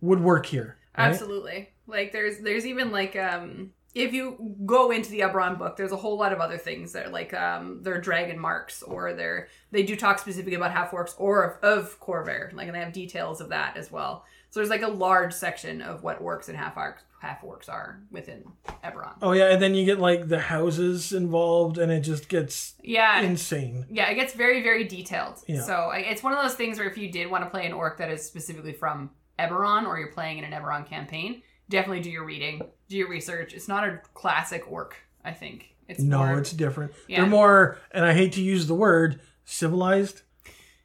Speaker 2: would work here. right?
Speaker 5: Absolutely. Like there's there's even like um if you go into the Ebron book, there's a whole lot of other things that are like um their dragon marks or their they do talk specifically about half orcs or of, of Corvair, like and they have details of that as well. So there's like a large section of what orcs and half orcs half orcs are within Ebron.
Speaker 2: Oh yeah, and then you get like the houses involved, and it just gets
Speaker 5: Yeah.
Speaker 2: insane.
Speaker 5: yeah, it gets very, very detailed.
Speaker 2: Yeah.
Speaker 5: So I- it's one of those things where if you did want to play an orc that is specifically from Eberron or you're playing in an Eberron campaign, definitely do your reading, do your research. It's not a classic orc, I think. It's
Speaker 2: No,
Speaker 5: more,
Speaker 2: it's different.
Speaker 5: Yeah.
Speaker 2: They're more, and I hate to use the word civilized.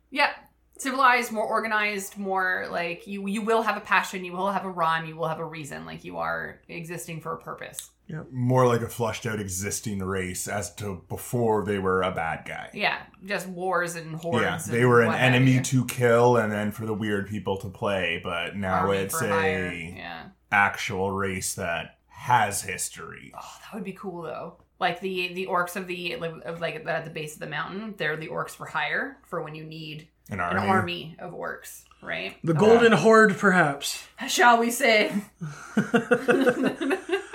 Speaker 5: yeah, civilized, more organized, more like you you will have a passion, you will have a run, you will have a reason, like you are existing for a purpose.
Speaker 3: More like a flushed out existing race as to before they were a bad guy.
Speaker 5: Yeah, just wars and hordes.
Speaker 3: Yeah, they
Speaker 5: and
Speaker 3: were an
Speaker 5: what have
Speaker 3: enemy
Speaker 5: you.
Speaker 3: to kill and then for the weird people to play, but now
Speaker 5: Army
Speaker 3: it's
Speaker 5: for
Speaker 3: a
Speaker 5: hire. yeah.
Speaker 3: actual race that has history.
Speaker 5: Oh, that would be cool though. Like the the orcs of the of like at the base of the mountain, they're the orcs for hire for when you need
Speaker 3: An
Speaker 5: an
Speaker 3: army.
Speaker 5: army of orcs, right?
Speaker 2: The Golden Horde, perhaps.
Speaker 5: Shall we say?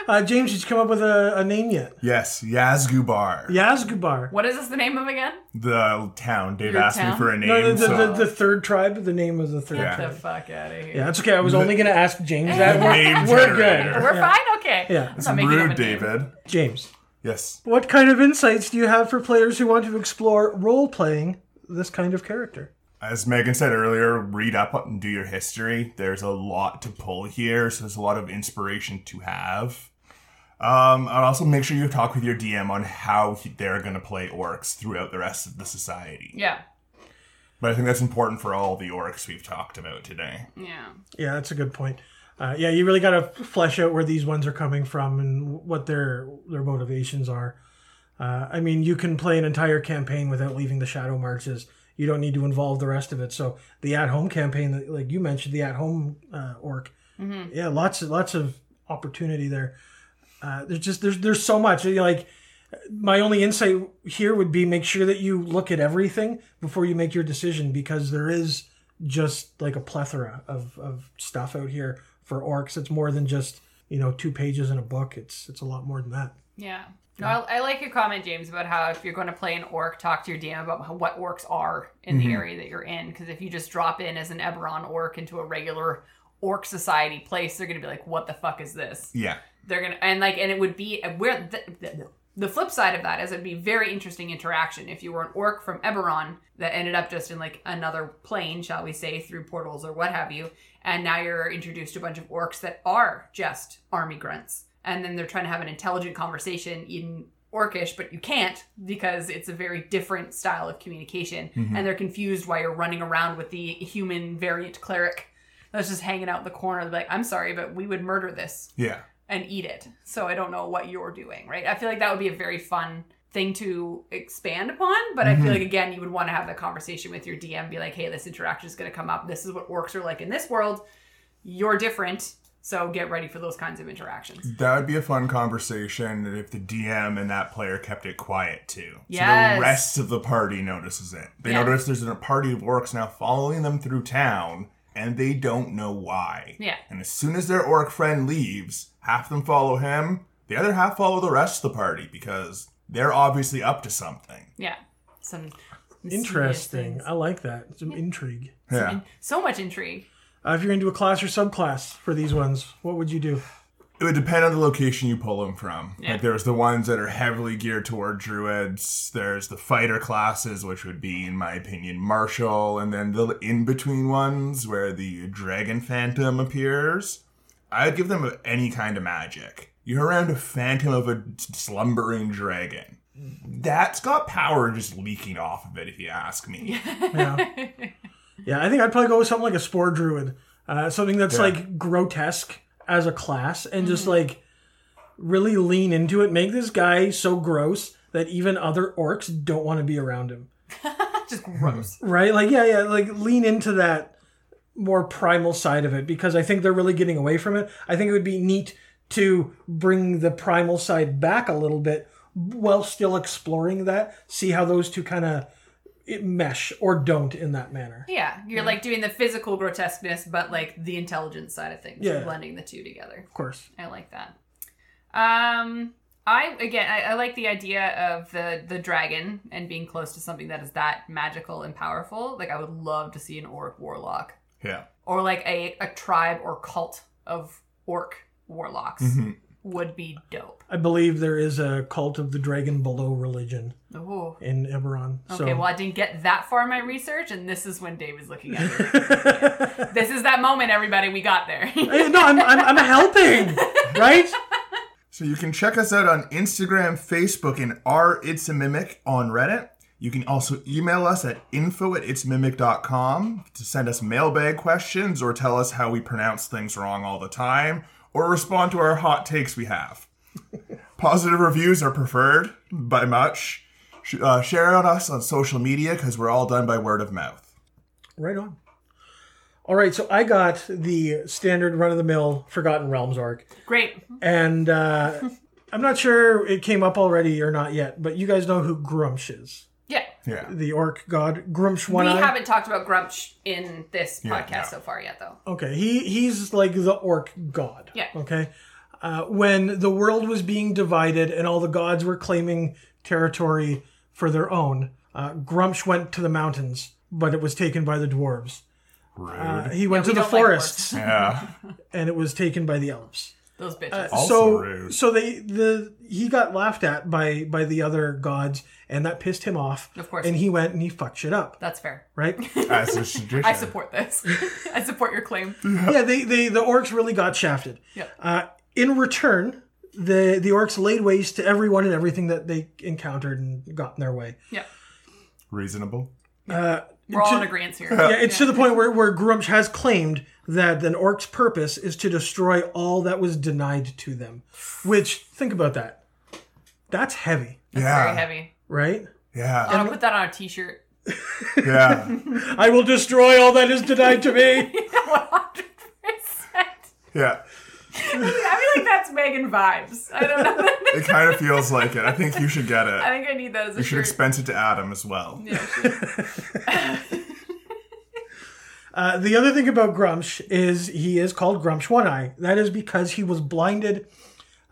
Speaker 2: Uh, James, did you come up with a, a name yet?
Speaker 3: Yes, Yazgubar.
Speaker 2: Yazgubar.
Speaker 5: What is this the name of again?
Speaker 3: The town. Dave
Speaker 5: Your
Speaker 3: asked me
Speaker 5: town?
Speaker 3: for a name.
Speaker 2: No, the, the,
Speaker 3: so
Speaker 2: the, the third tribe, the name of the third
Speaker 3: uh, Yeah.
Speaker 5: Get
Speaker 2: tribe.
Speaker 5: the fuck out of here.
Speaker 2: Yeah, that's okay. I was only going to ask James that.
Speaker 3: name
Speaker 2: We're, we're
Speaker 3: generator.
Speaker 2: good.
Speaker 5: We're fine, okay.
Speaker 2: Yeah.
Speaker 5: I'm
Speaker 3: It's
Speaker 5: not making up a
Speaker 3: rude,
Speaker 5: name.
Speaker 3: David.
Speaker 2: James,
Speaker 3: Yes.
Speaker 2: what kind of insights do you have for players who want to explore role playing this kind of character?
Speaker 3: As Megan said earlier, read up and do your history. There's a lot to pull here, so there's a lot of inspiration to have. Um, and also make sure you talk with your DM on how he- they're going to play orcs throughout the rest of the society.
Speaker 5: Yeah,
Speaker 3: But I think that's important for all the orcs we've talked about today.
Speaker 5: yeah.
Speaker 2: Yeah, that's a good point. Uh, yeah, you really got to flesh out where these ones are coming from and what their their motivations are. Uh, I mean, you can play an entire campaign without leaving the shadow marches. You don't need to involve the rest of it. So the at home campaign, that- like you mentioned, the at home uh, orc, yeah, lots of lots of opportunity there. Uh, there's just there's there's so much. You know, like my only insight here would be make sure that you look at everything before you make your decision because there is just like a plethora of, of stuff out here for orcs. It's more than just you know two pages in a book. It's it's a lot more than that.
Speaker 5: Yeah. No, I, I like your comment, James, about how if you're going to play an orc, talk to your DM about how, what orcs are in
Speaker 2: Mm-hmm.
Speaker 5: the area that you're in. Because if you just drop in as an Eberron orc into a regular orc society place, they're going to be like, "What the fuck is this?"
Speaker 3: Yeah.
Speaker 5: They're gonna and like and it would be and where the, the, the flip side of that is it'd be very interesting interaction if you were an orc from Eberron that ended up just in like another plane, shall we say, through portals or what have you, and now you're introduced to a bunch of orcs that are just army grunts, and then they're trying to have an intelligent conversation in orcish, but you can't because it's a very different style of communication, and they're confused why you're running around with the human variant cleric. That's just hanging out in the corner. They're like, I'm sorry, but we would murder this
Speaker 3: Yeah.
Speaker 5: and eat it. So I don't know what you're doing, right? I feel like that would be a very fun thing to expand upon, but I
Speaker 2: Mm-hmm.
Speaker 5: feel like again you would want to have that conversation with your DM be like, "Hey, this interaction is going to come up. This is what orcs are like in this world. You're different." So get ready for those kinds of
Speaker 2: Mm.
Speaker 5: interactions.
Speaker 3: That would be a fun conversation if the DM and that player kept it quiet too. So
Speaker 5: Yes.
Speaker 3: the rest of the party notices it. They
Speaker 5: Yeah.
Speaker 3: notice there's a party of orcs now following them through town and they don't know why.
Speaker 5: Yeah.
Speaker 3: And as soon as their orc friend leaves, half of them follow him, the other half follow the rest of the party because they're obviously up to something.
Speaker 5: Yeah. Some
Speaker 2: Interesting. I like that. Some intrigue.
Speaker 3: Yeah.
Speaker 5: So much intrigue.
Speaker 2: Uh, if you're into a class or subclass for these ones, what would you do?
Speaker 3: It would depend on the location you pull them from. Like there's the ones that are heavily geared toward druids. There's the fighter classes, which would be, in my opinion, martial, and then the in between ones where the dragon phantom appears. I'd give them any kind of magic. You're around a phantom of a slumbering dragon. That's got power just leaking off of it, if you ask me.
Speaker 2: Yeah. yeah, I think I'd probably go with something like a spore druid. Uh, something that's like grotesque as a class and
Speaker 5: Mm-hmm.
Speaker 2: just like really lean into it. Make this guy so gross that even other orcs don't want to be around him. Hmm.
Speaker 5: Just gross.
Speaker 2: Right? Like, yeah, yeah, like lean into that more primal side of it because I think they're really getting away from it. I think it would be neat to bring the primal side back a little bit while still exploring that, see how those two kind of mesh or don't in that manner.
Speaker 5: Yeah, you're like doing the physical grotesqueness, but like the intelligent side of things.
Speaker 2: Yeah.
Speaker 5: You're blending the two together.
Speaker 2: Of course.
Speaker 5: I like that. Um, I again, I, I like the idea of the the dragon and being close to something that is that magical and powerful. Like I would love to see an orc warlock
Speaker 3: Yeah.
Speaker 5: or like a a tribe or cult of orc warlocks
Speaker 3: Mhm.
Speaker 5: would be dope.
Speaker 2: I believe there is a cult of the dragon below religion
Speaker 5: Ooh.
Speaker 2: in Eberron. So.
Speaker 5: Okay, well, I didn't get that far in my research, and this is when Dave is looking at me. this is that moment, everybody. We got there.
Speaker 2: Hey, no, I'm, I'm, I'm helping, right?
Speaker 3: So you can check us out on Instagram, Facebook, and r It's a Mimic on Reddit. You can also email us at info at itsmimic.com to send us mailbag questions or tell us how we pronounce things wrong all the time or respond to our hot takes we have. Positive reviews are preferred by much. Sh- Uh, share on us on social media because we're all done by word of mouth.
Speaker 2: Right on. All right, so I got the standard run of the mill Forgotten Realms arc,
Speaker 5: Great.
Speaker 2: and uh, I'm not sure it came up already or not yet, but you guys know who Grumsh is,
Speaker 5: Yeah.
Speaker 3: Yeah.
Speaker 2: the orc god Grumsh One
Speaker 5: we
Speaker 2: Eye.
Speaker 5: haven't talked about Grumch in this podcast
Speaker 3: yeah.
Speaker 5: so far yet, though.
Speaker 2: Okay, he he's like the orc god.
Speaker 5: Yeah.
Speaker 2: Okay. Uh, when the world was being divided and all the gods were claiming territory for their own, uh, Grumsh went to the mountains, but it was taken by the dwarves.
Speaker 3: Rude.
Speaker 2: Uh, he went
Speaker 5: we
Speaker 2: to the
Speaker 5: don't like
Speaker 2: forests,
Speaker 3: yeah.
Speaker 2: and it was taken by the elves.
Speaker 5: Those
Speaker 2: Uh,
Speaker 5: bitches.
Speaker 3: Also
Speaker 2: so
Speaker 3: rude.
Speaker 2: so they the he got laughed at by by the other gods, and that pissed him off.
Speaker 5: Of course.
Speaker 2: And he went and he fucked shit up.
Speaker 5: That's fair.
Speaker 2: Right?
Speaker 3: As a tradition.
Speaker 5: I support this. I support your claim.
Speaker 2: yeah, they, they the orcs really got shafted.
Speaker 5: Yep.
Speaker 2: Uh, in return, the the orcs laid waste to everyone and everything that they encountered and got in their way.
Speaker 5: Yeah.
Speaker 3: Reasonable.
Speaker 5: We're all in agreement here.
Speaker 2: Yeah, it's to the point where, where Grumsh has claimed that an orc's purpose is to destroy all that was denied to them. Which think about that. That's heavy,
Speaker 3: yeah.
Speaker 5: Very heavy.
Speaker 2: right?
Speaker 3: Yeah.
Speaker 5: I'm gonna put that on a t-shirt.
Speaker 3: Yeah.
Speaker 2: I will destroy all that is denied to me.
Speaker 5: 100%.
Speaker 3: Yeah.
Speaker 5: I feel like that's Megan vibes. I don't know.
Speaker 3: It kind of feels like it. I think you should get
Speaker 5: I
Speaker 3: it.
Speaker 5: think I need that as a
Speaker 3: You should
Speaker 5: shirt.
Speaker 3: expense it to Adam as well.
Speaker 2: Uh, the other thing about Grumsh is he is called Grumsh One Eye. That is because he was blinded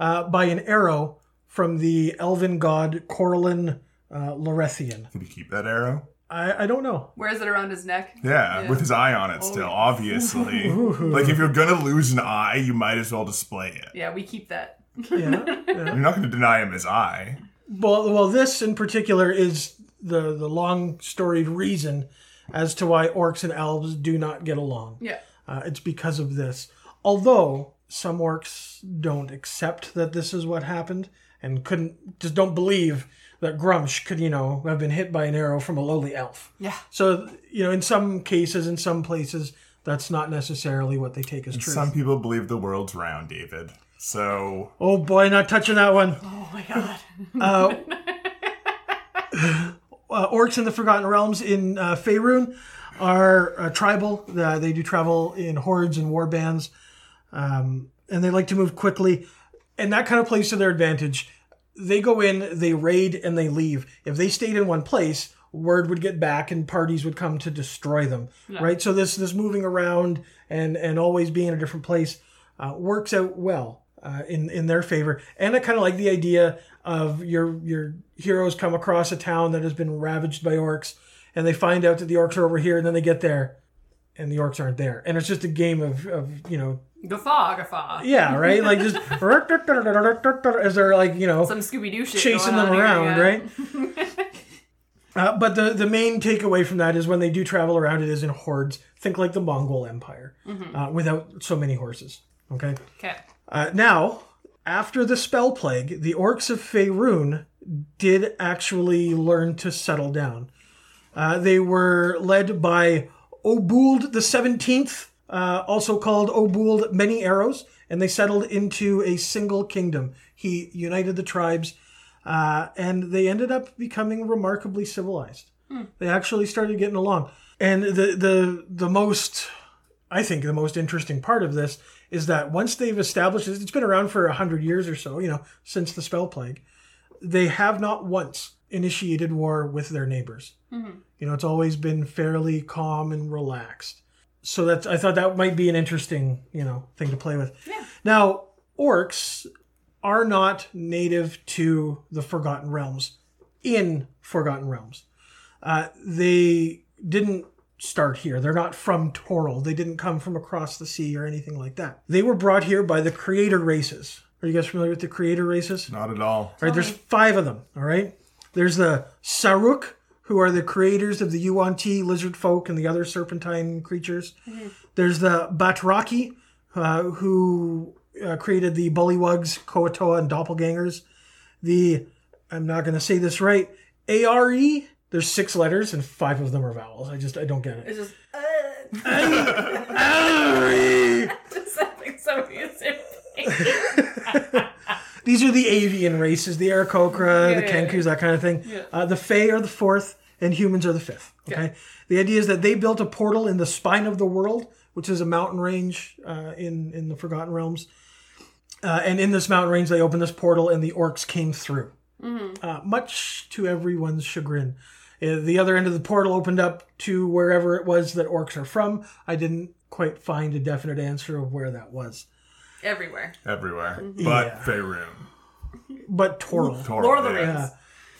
Speaker 2: uh, by an arrow from the elven god Corlin uh, Lorethian.
Speaker 3: Did he keep that arrow?
Speaker 2: I, I don't know.
Speaker 5: Where is it around his neck?
Speaker 3: Yeah, with his eye on it
Speaker 5: Oh.
Speaker 3: still, obviously. like, if you're gonna lose an eye, you might as well display it.
Speaker 5: Yeah, we keep that.
Speaker 2: Yeah.
Speaker 3: You're not gonna deny him his eye.
Speaker 2: well, well, this in particular is the the long storied reason as to why orcs and elves do not get along.
Speaker 5: Yeah.
Speaker 2: Uh, it's because of this. Although some orcs don't accept that this is what happened and couldn't just don't believe that Grumsh could, you know, have been hit by an arrow from a lowly elf.
Speaker 5: Yeah.
Speaker 2: So, you know, in some cases, in some places, that's not necessarily what they take as truth.
Speaker 3: Some people believe the world's round, David. So,
Speaker 2: oh boy, not touching that one.
Speaker 5: Oh my god.
Speaker 2: Uh, uh, orcs in the Forgotten Realms in uh, Faerun are uh, tribal. Uh, they do travel in hordes and war bands, um, and they like to move quickly. And that kind of plays to their advantage. They go in, they raid, and they leave. If they stayed in one place, word would get back, and parties would come to destroy them. Right. So this this moving around and and always being in a different place uh, works out well uh, in in their favor. And I kind of like the idea of your your heroes come across a town that has been ravaged by orcs, and they find out that the orcs are over here, and then they get there, and the orcs aren't there, and it's just a game of of you know
Speaker 5: Guffaw, guffaw.
Speaker 2: yeah right like just as they're like you know
Speaker 5: Some Scooby Doo shit.
Speaker 2: chasing
Speaker 5: going
Speaker 2: them
Speaker 5: on here,
Speaker 2: around
Speaker 5: yeah.
Speaker 2: right. Uh, but the, the main takeaway from that is when they do travel around, it is in hordes. Think like the Mongol Empire,
Speaker 5: Mm-hmm.
Speaker 2: uh, without so many horses. Okay.
Speaker 5: Okay.
Speaker 2: Uh, now, after the spell plague, the orcs of Faerun did actually learn to settle down. Uh, they were led by Obuld the Seventeenth, uh, also called Obuld Many Arrows, and they settled into a single kingdom. He united the tribes, uh, and they ended up becoming remarkably civilized. They actually started getting along, and the the the most I think the most interesting part of this is that once they've established this, it's been around for a hundred years or so, you know, since the spell plague, they have not once initiated war with their neighbors. You know, it's always been fairly calm and relaxed. So that's I thought that might be an interesting, you know, thing to play with. Yeah. Now, orcs are not native to the Forgotten Realms in Forgotten Realms uh, they didn't start here. They're not from Toril. They didn't come from across the sea or anything like that. They were brought here by the creator races. Are you guys familiar with the creator races?
Speaker 3: Not at all.
Speaker 2: All right, there's five of them. All right, there's the Saruk, who are the creators of the UNT lizard folk and the other serpentine creatures. There's the Batraki, uh, who uh, created the Bullywugs, Koatoa, and Doppelgangers. The I'm not going to say this right. Are there's six letters and five of them are vowels. I just I don't get it.
Speaker 5: It's just. uh,
Speaker 2: Are.
Speaker 5: It's like somebody is
Speaker 2: These are the avian races, the Aarakocra, the Kenkus, that kind of thing. Uh, the Fae are the fourth, and humans are the fifth. Okay? The idea is that they built a portal in the spine of the world, which is a mountain range uh, in in the Forgotten Realms. Uh, and in this mountain range, they opened this portal, and the orcs came through, uh, much to everyone's chagrin. Uh, The other end of the portal opened up to wherever it was that orcs are from. I didn't quite find a definite answer of where that was,
Speaker 5: everywhere.
Speaker 3: Everywhere. But Faerun.
Speaker 2: but Toril.
Speaker 3: Toril,
Speaker 5: Lord of the
Speaker 3: yeah.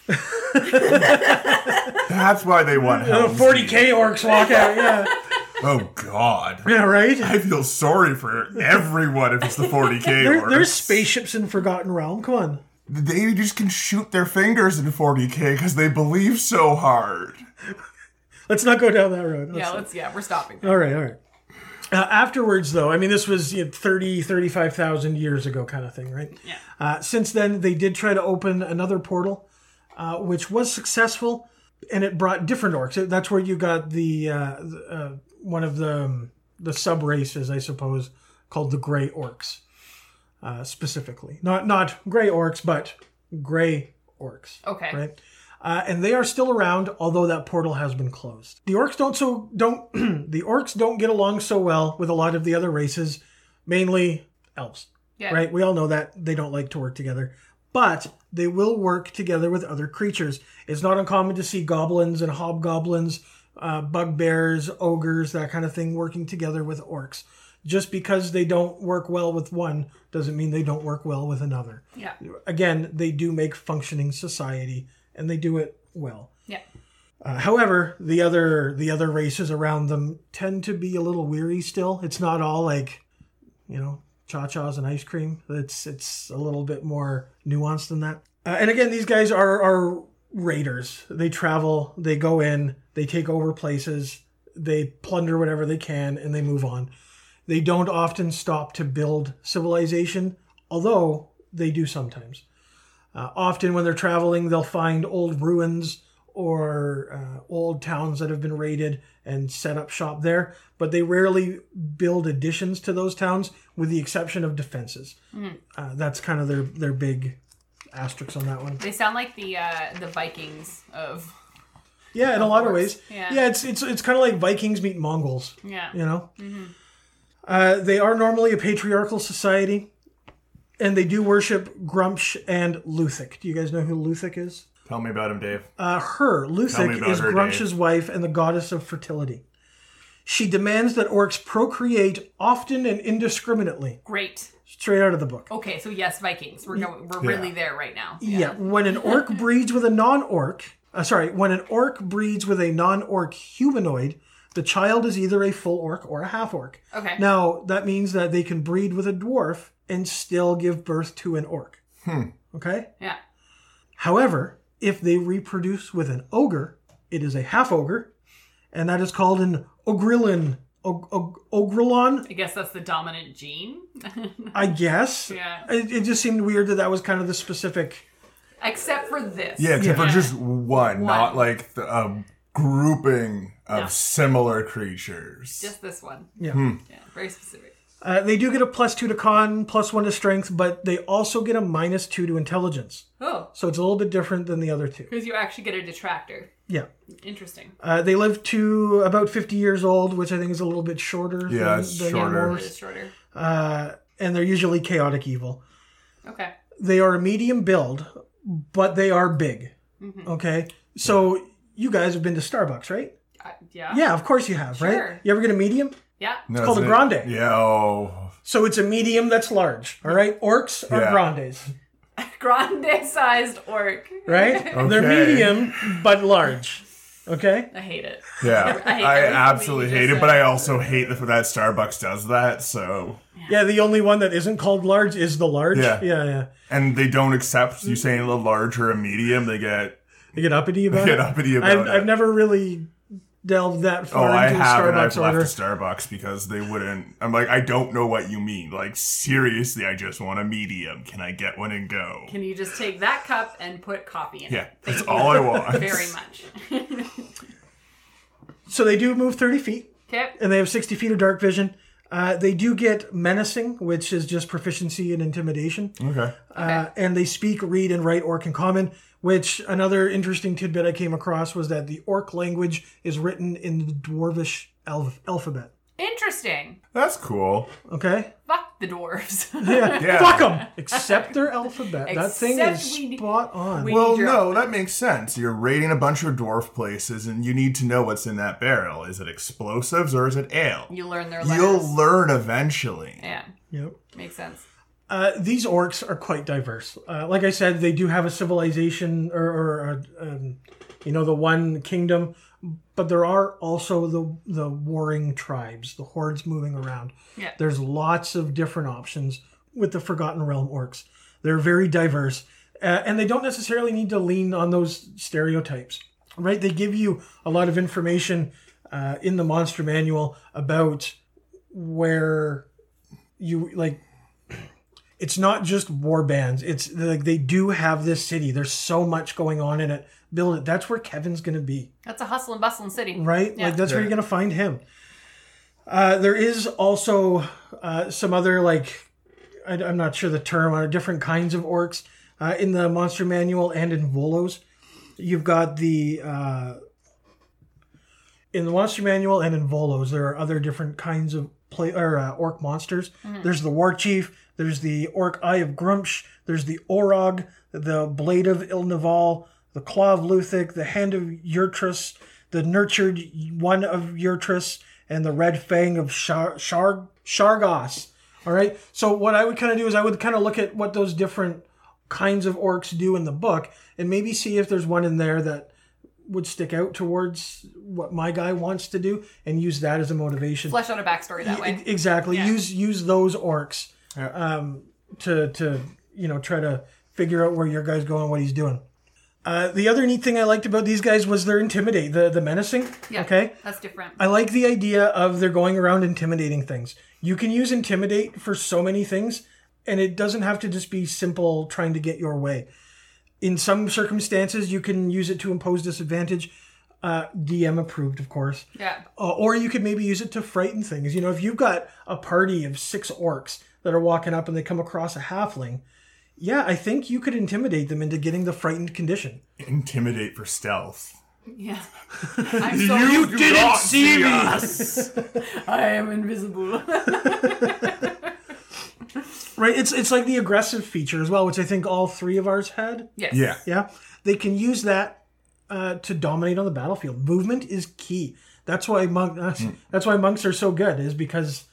Speaker 5: Rings.
Speaker 3: That's why they want
Speaker 2: The
Speaker 3: Helm's
Speaker 2: 40k Oh, orcs walk out. Yeah,
Speaker 3: Deep. Oh, God.
Speaker 2: yeah, right.
Speaker 3: I feel sorry for everyone if it's the 40k
Speaker 2: There,
Speaker 3: orcs.
Speaker 2: there's spaceships in Forgotten Realm. Come on.
Speaker 3: They just can shoot their fingers in 40k because they believe so hard.
Speaker 2: Let's not go down that road. Let's-
Speaker 5: Yeah, let's. Yeah, we're stopping.
Speaker 2: all right, all right. Uh, afterwards, though, I mean, this was you know, 30, 35,000 years ago kind of thing, right? Yeah. Uh, since then, they did try to open another portal, uh, which was successful, and it brought different orcs. That's where you got the, uh, the uh, one of the, um, the sub races, I suppose, called the Grey Orcs, uh, specifically. Not, not Grey Orcs, but Grey Orcs.
Speaker 5: Okay.
Speaker 2: Right. Uh, and they are still around, although that portal has been closed. The orcs don't so don't the orcs don't get along so well with a lot of the other races, mainly elves.
Speaker 5: Yeah.
Speaker 2: Right? We all know that they don't like to work together, but they will work together with other creatures. It's not uncommon to see goblins and hobgoblins, uh, bugbears, ogres, that kind of thing, working together with orcs. Just because they don't work well with one doesn't mean they don't work well with another
Speaker 5: Yeah.
Speaker 2: again, they do make functioning society, and they do it well.
Speaker 5: Yeah.
Speaker 2: Uh, however, the other the other races around them tend to be a little weary still. It's not all like, you know, cha chas and ice cream. It's it's a little bit more nuanced than that. Uh, and again, these guys are are raiders. They travel, they go in, they take over places, they plunder whatever they can, and they move on. They don't often stop to build civilization, although they do sometimes. Uh, often, when they're traveling, they'll find old ruins or uh, old towns that have been raided and set up shop there, but they rarely build additions to those towns with the exception of defenses.
Speaker 5: Hmm.
Speaker 2: Uh, that's kind of their, their big asterisk on that one.
Speaker 5: They sound like the uh, the Vikings of.
Speaker 2: Yeah, in a lot of
Speaker 5: course.
Speaker 2: ways.
Speaker 5: Yeah.
Speaker 2: it's it's it's kind of like Vikings meet Mongols.
Speaker 5: Yeah.
Speaker 2: You know? Uh, they are normally a patriarchal society, and they do worship Grumsh and Luthic. Do you guys know who Luthic is?
Speaker 3: Tell me about him, Dave.
Speaker 2: Uh, her,
Speaker 3: me
Speaker 2: Luthic,
Speaker 3: about
Speaker 2: is
Speaker 3: her,
Speaker 2: Grumsh's wife and the goddess of fertility. She demands that orcs procreate often and indiscriminately,
Speaker 5: Great.
Speaker 2: straight out of the book.
Speaker 5: Okay, so yes, Vikings. We're going. We're really there right now.
Speaker 2: Yeah, when an orc breeds with a non orc, uh, sorry, when an orc breeds with a non-orc humanoid, the child is either a full orc or a half orc.
Speaker 5: Okay.
Speaker 2: Now that means that they can breed with a dwarf and still give birth to an orc. Hmm. Okay.
Speaker 5: Yeah.
Speaker 2: However, if they reproduce with an ogre, it is a half ogre, and that is called an ogrilin. Og- og- ogrilon,
Speaker 5: I guess that's the dominant gene.
Speaker 2: I guess.
Speaker 5: Yeah.
Speaker 2: It, it just seemed weird that that was kind of the specific.
Speaker 5: Except for this.
Speaker 3: Yeah, except
Speaker 5: Yeah.
Speaker 3: for just one, not like the, a grouping of
Speaker 5: No.
Speaker 3: similar creatures.
Speaker 5: Just this one.
Speaker 2: Yeah.
Speaker 5: Yeah. Very specific.
Speaker 2: Uh, they do get a plus two to con, plus one to strength, but they also get a minus two to intelligence.
Speaker 5: Oh,
Speaker 2: So it's a little bit different than the other two.
Speaker 5: because you actually get a detractor.
Speaker 2: Yeah.
Speaker 5: Interesting.
Speaker 2: Uh, they live to about 50 years old, which I think is a little bit shorter
Speaker 3: Yeah,
Speaker 2: than,
Speaker 3: it's
Speaker 2: than
Speaker 3: shorter.
Speaker 5: Or
Speaker 2: animals.
Speaker 5: just shorter.
Speaker 2: Uh, and they're usually chaotic evil.
Speaker 5: Okay.
Speaker 2: They are a medium build, but they are big. Okay. So you guys have been to Starbucks, right?
Speaker 5: Uh, yeah.
Speaker 2: Yeah, of course you have, right?
Speaker 5: Sure.
Speaker 2: You ever get a medium?
Speaker 5: Yeah.
Speaker 3: No,
Speaker 2: it's called
Speaker 3: isn't
Speaker 2: a
Speaker 3: it?
Speaker 2: grande.
Speaker 3: Yeah. Oh.
Speaker 2: So it's a medium that's large. All right. Orcs are
Speaker 3: Yeah.
Speaker 2: grandes,
Speaker 5: Grande sized orc.
Speaker 2: right? They're
Speaker 3: Okay.
Speaker 2: medium but large. Okay.
Speaker 5: I hate it.
Speaker 3: Yeah.
Speaker 5: I hate
Speaker 3: I
Speaker 5: everything
Speaker 3: absolutely
Speaker 5: you
Speaker 3: hate
Speaker 5: just
Speaker 3: it, but
Speaker 5: said.
Speaker 3: I also hate that that Starbucks does that. So,
Speaker 2: Yeah, the only one that isn't called large is the large.
Speaker 3: Yeah.
Speaker 2: yeah. yeah.
Speaker 3: and they don't accept
Speaker 5: Mm.
Speaker 3: you saying a large or a medium. They get
Speaker 2: You get uppity about
Speaker 3: get
Speaker 2: it.
Speaker 3: uppity about
Speaker 2: I've,
Speaker 3: it.
Speaker 2: I've never really delved that
Speaker 3: Oh,
Speaker 2: far
Speaker 3: I
Speaker 2: into
Speaker 3: have, and
Speaker 2: Starbucks
Speaker 3: I've
Speaker 2: order.
Speaker 3: left a Starbucks because they wouldn't. I'm like, I don't know what you mean. Like, seriously, I just want a medium. Can I get one and go?
Speaker 5: Can you just take that cup and put coffee in
Speaker 3: Yeah,
Speaker 5: it?
Speaker 3: that's all I want.
Speaker 5: Very much.
Speaker 2: So they do move 30 feet,
Speaker 5: okay.
Speaker 2: and they have 60 feet of dark vision. Uh, they do get menacing, which is just proficiency and intimidation.
Speaker 3: Okay.
Speaker 2: Uh, and they speak, read, and write Orc in common, which another interesting tidbit I came across was that the Orc language is written in the Dwarvish alph- alphabet.
Speaker 5: Interesting.
Speaker 3: That's cool.
Speaker 2: Okay?
Speaker 5: Fuck the dwarves.
Speaker 2: Yeah.
Speaker 3: Yeah.
Speaker 2: Fuck them! Except their alphabet. that thing
Speaker 5: Except
Speaker 2: is
Speaker 5: we-
Speaker 2: spot on.
Speaker 5: we-
Speaker 3: Well,
Speaker 5: Drop.
Speaker 3: no, that makes sense. You're raiding a bunch of dwarf places, and you need to know what's in that barrel. Is it explosives or is it ale?
Speaker 5: You learn their letters.
Speaker 3: You'll learn eventually.
Speaker 5: yeah.
Speaker 2: yep.
Speaker 5: Makes sense.
Speaker 2: Uh, these orcs are quite diverse. Uh, like I said, they do have a civilization, or, or uh, um, you know, the one kingdom, but there are also the the warring tribes, the hordes moving around.
Speaker 5: Yeah.
Speaker 2: There's lots of different options with the Forgotten Realm orcs. They're very diverse, uh, and they don't necessarily need to lean on those stereotypes, right? They give you a lot of information uh, in the monster manual about where you like it's not just war bands. It's like they do have this city. There's so much going on in it. Build it. That's where Kevin's going to be,
Speaker 5: That's a hustle and bustle in city.
Speaker 2: right? Like that's where you're going to find him. Uh, there is also uh, some other like I, am not sure the term or different kinds of orcs uh, in the monster manual and in Volos. You've got the uh, in the monster manual and in Volos. There are other different kinds of play or uh, orc monsters. There's the war chief. There's the orc eye of Grumsh. There's the Orog, the blade of Ilnaval, the claw of Luthic, the hand of Yurtris, the nurtured one of Yurtris, and the red fang of Shar- Shar- Shargos. All right. So what I would kind of do is I would kind of look at what those different kinds of orcs do in the book, and maybe see if there's one in there that would stick out towards what my guy wants to do, and use that as a motivation.
Speaker 5: Flesh out a backstory that way.
Speaker 2: E- Exactly. Use use those orcs um, to to you know try to figure out where your guy's going, what he's doing. Uh, the other neat thing I liked about these guys was their intimidate, the the menacing.
Speaker 5: Yeah.
Speaker 2: Okay.
Speaker 5: That's different.
Speaker 2: I like the idea of they're going around intimidating things. You can use intimidate for so many things, and it doesn't have to just be simple trying to get your way. In some circumstances, you can use it to impose disadvantage. Uh, DM approved, of course.
Speaker 5: yeah.
Speaker 2: Uh, or you could maybe use it to frighten things. You know, if you've got a party of six orcs that are walking up and they come across a halfling, yeah, I think you could intimidate them into getting the frightened condition.
Speaker 3: Intimidate for stealth.
Speaker 5: Yeah. I'm so
Speaker 3: you
Speaker 2: didn't see me.
Speaker 3: us.
Speaker 5: I am invisible.
Speaker 2: Right? It's it's like the aggressive feature as well, which I think all three of ours had.
Speaker 5: yes.
Speaker 3: yeah.
Speaker 2: Yeah, they can use that uh, to dominate on the battlefield. Movement is key. That's why monk. That's, that's why monks are so good is because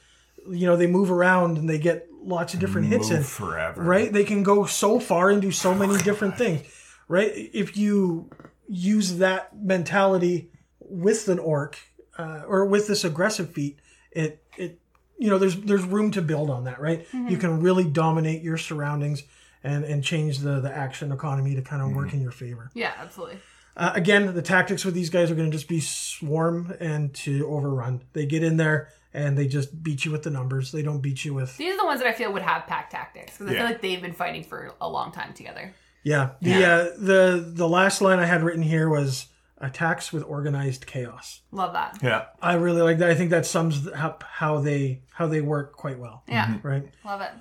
Speaker 2: you know they move around and they get lots of different hits in.
Speaker 3: Move forever.
Speaker 2: Right, they can go so far and do so many different things. Right, if you use that mentality with an orc uh, or with this aggressive feat, it it you know there's there's room to build on that, right? You can really dominate your surroundings and and change the the action economy to kind of work in your favor.
Speaker 5: Yeah, absolutely.
Speaker 2: Uh, again, the tactics with these guys are going to just be swarm and to overrun. They get in there and they just beat you with the numbers. They don't beat you with
Speaker 5: These are the ones that I feel would have pack tactics because I
Speaker 3: Yeah.
Speaker 5: feel like they've been fighting for a long time together.
Speaker 2: yeah. The Uh, the the last line I had written here was attacks with organized chaos.
Speaker 5: Love that.
Speaker 3: Yeah. Uh,
Speaker 2: I really like that. I think that sums up how they how they work quite well.
Speaker 5: Yeah,
Speaker 3: Mm-hmm.
Speaker 2: Right.
Speaker 5: love it.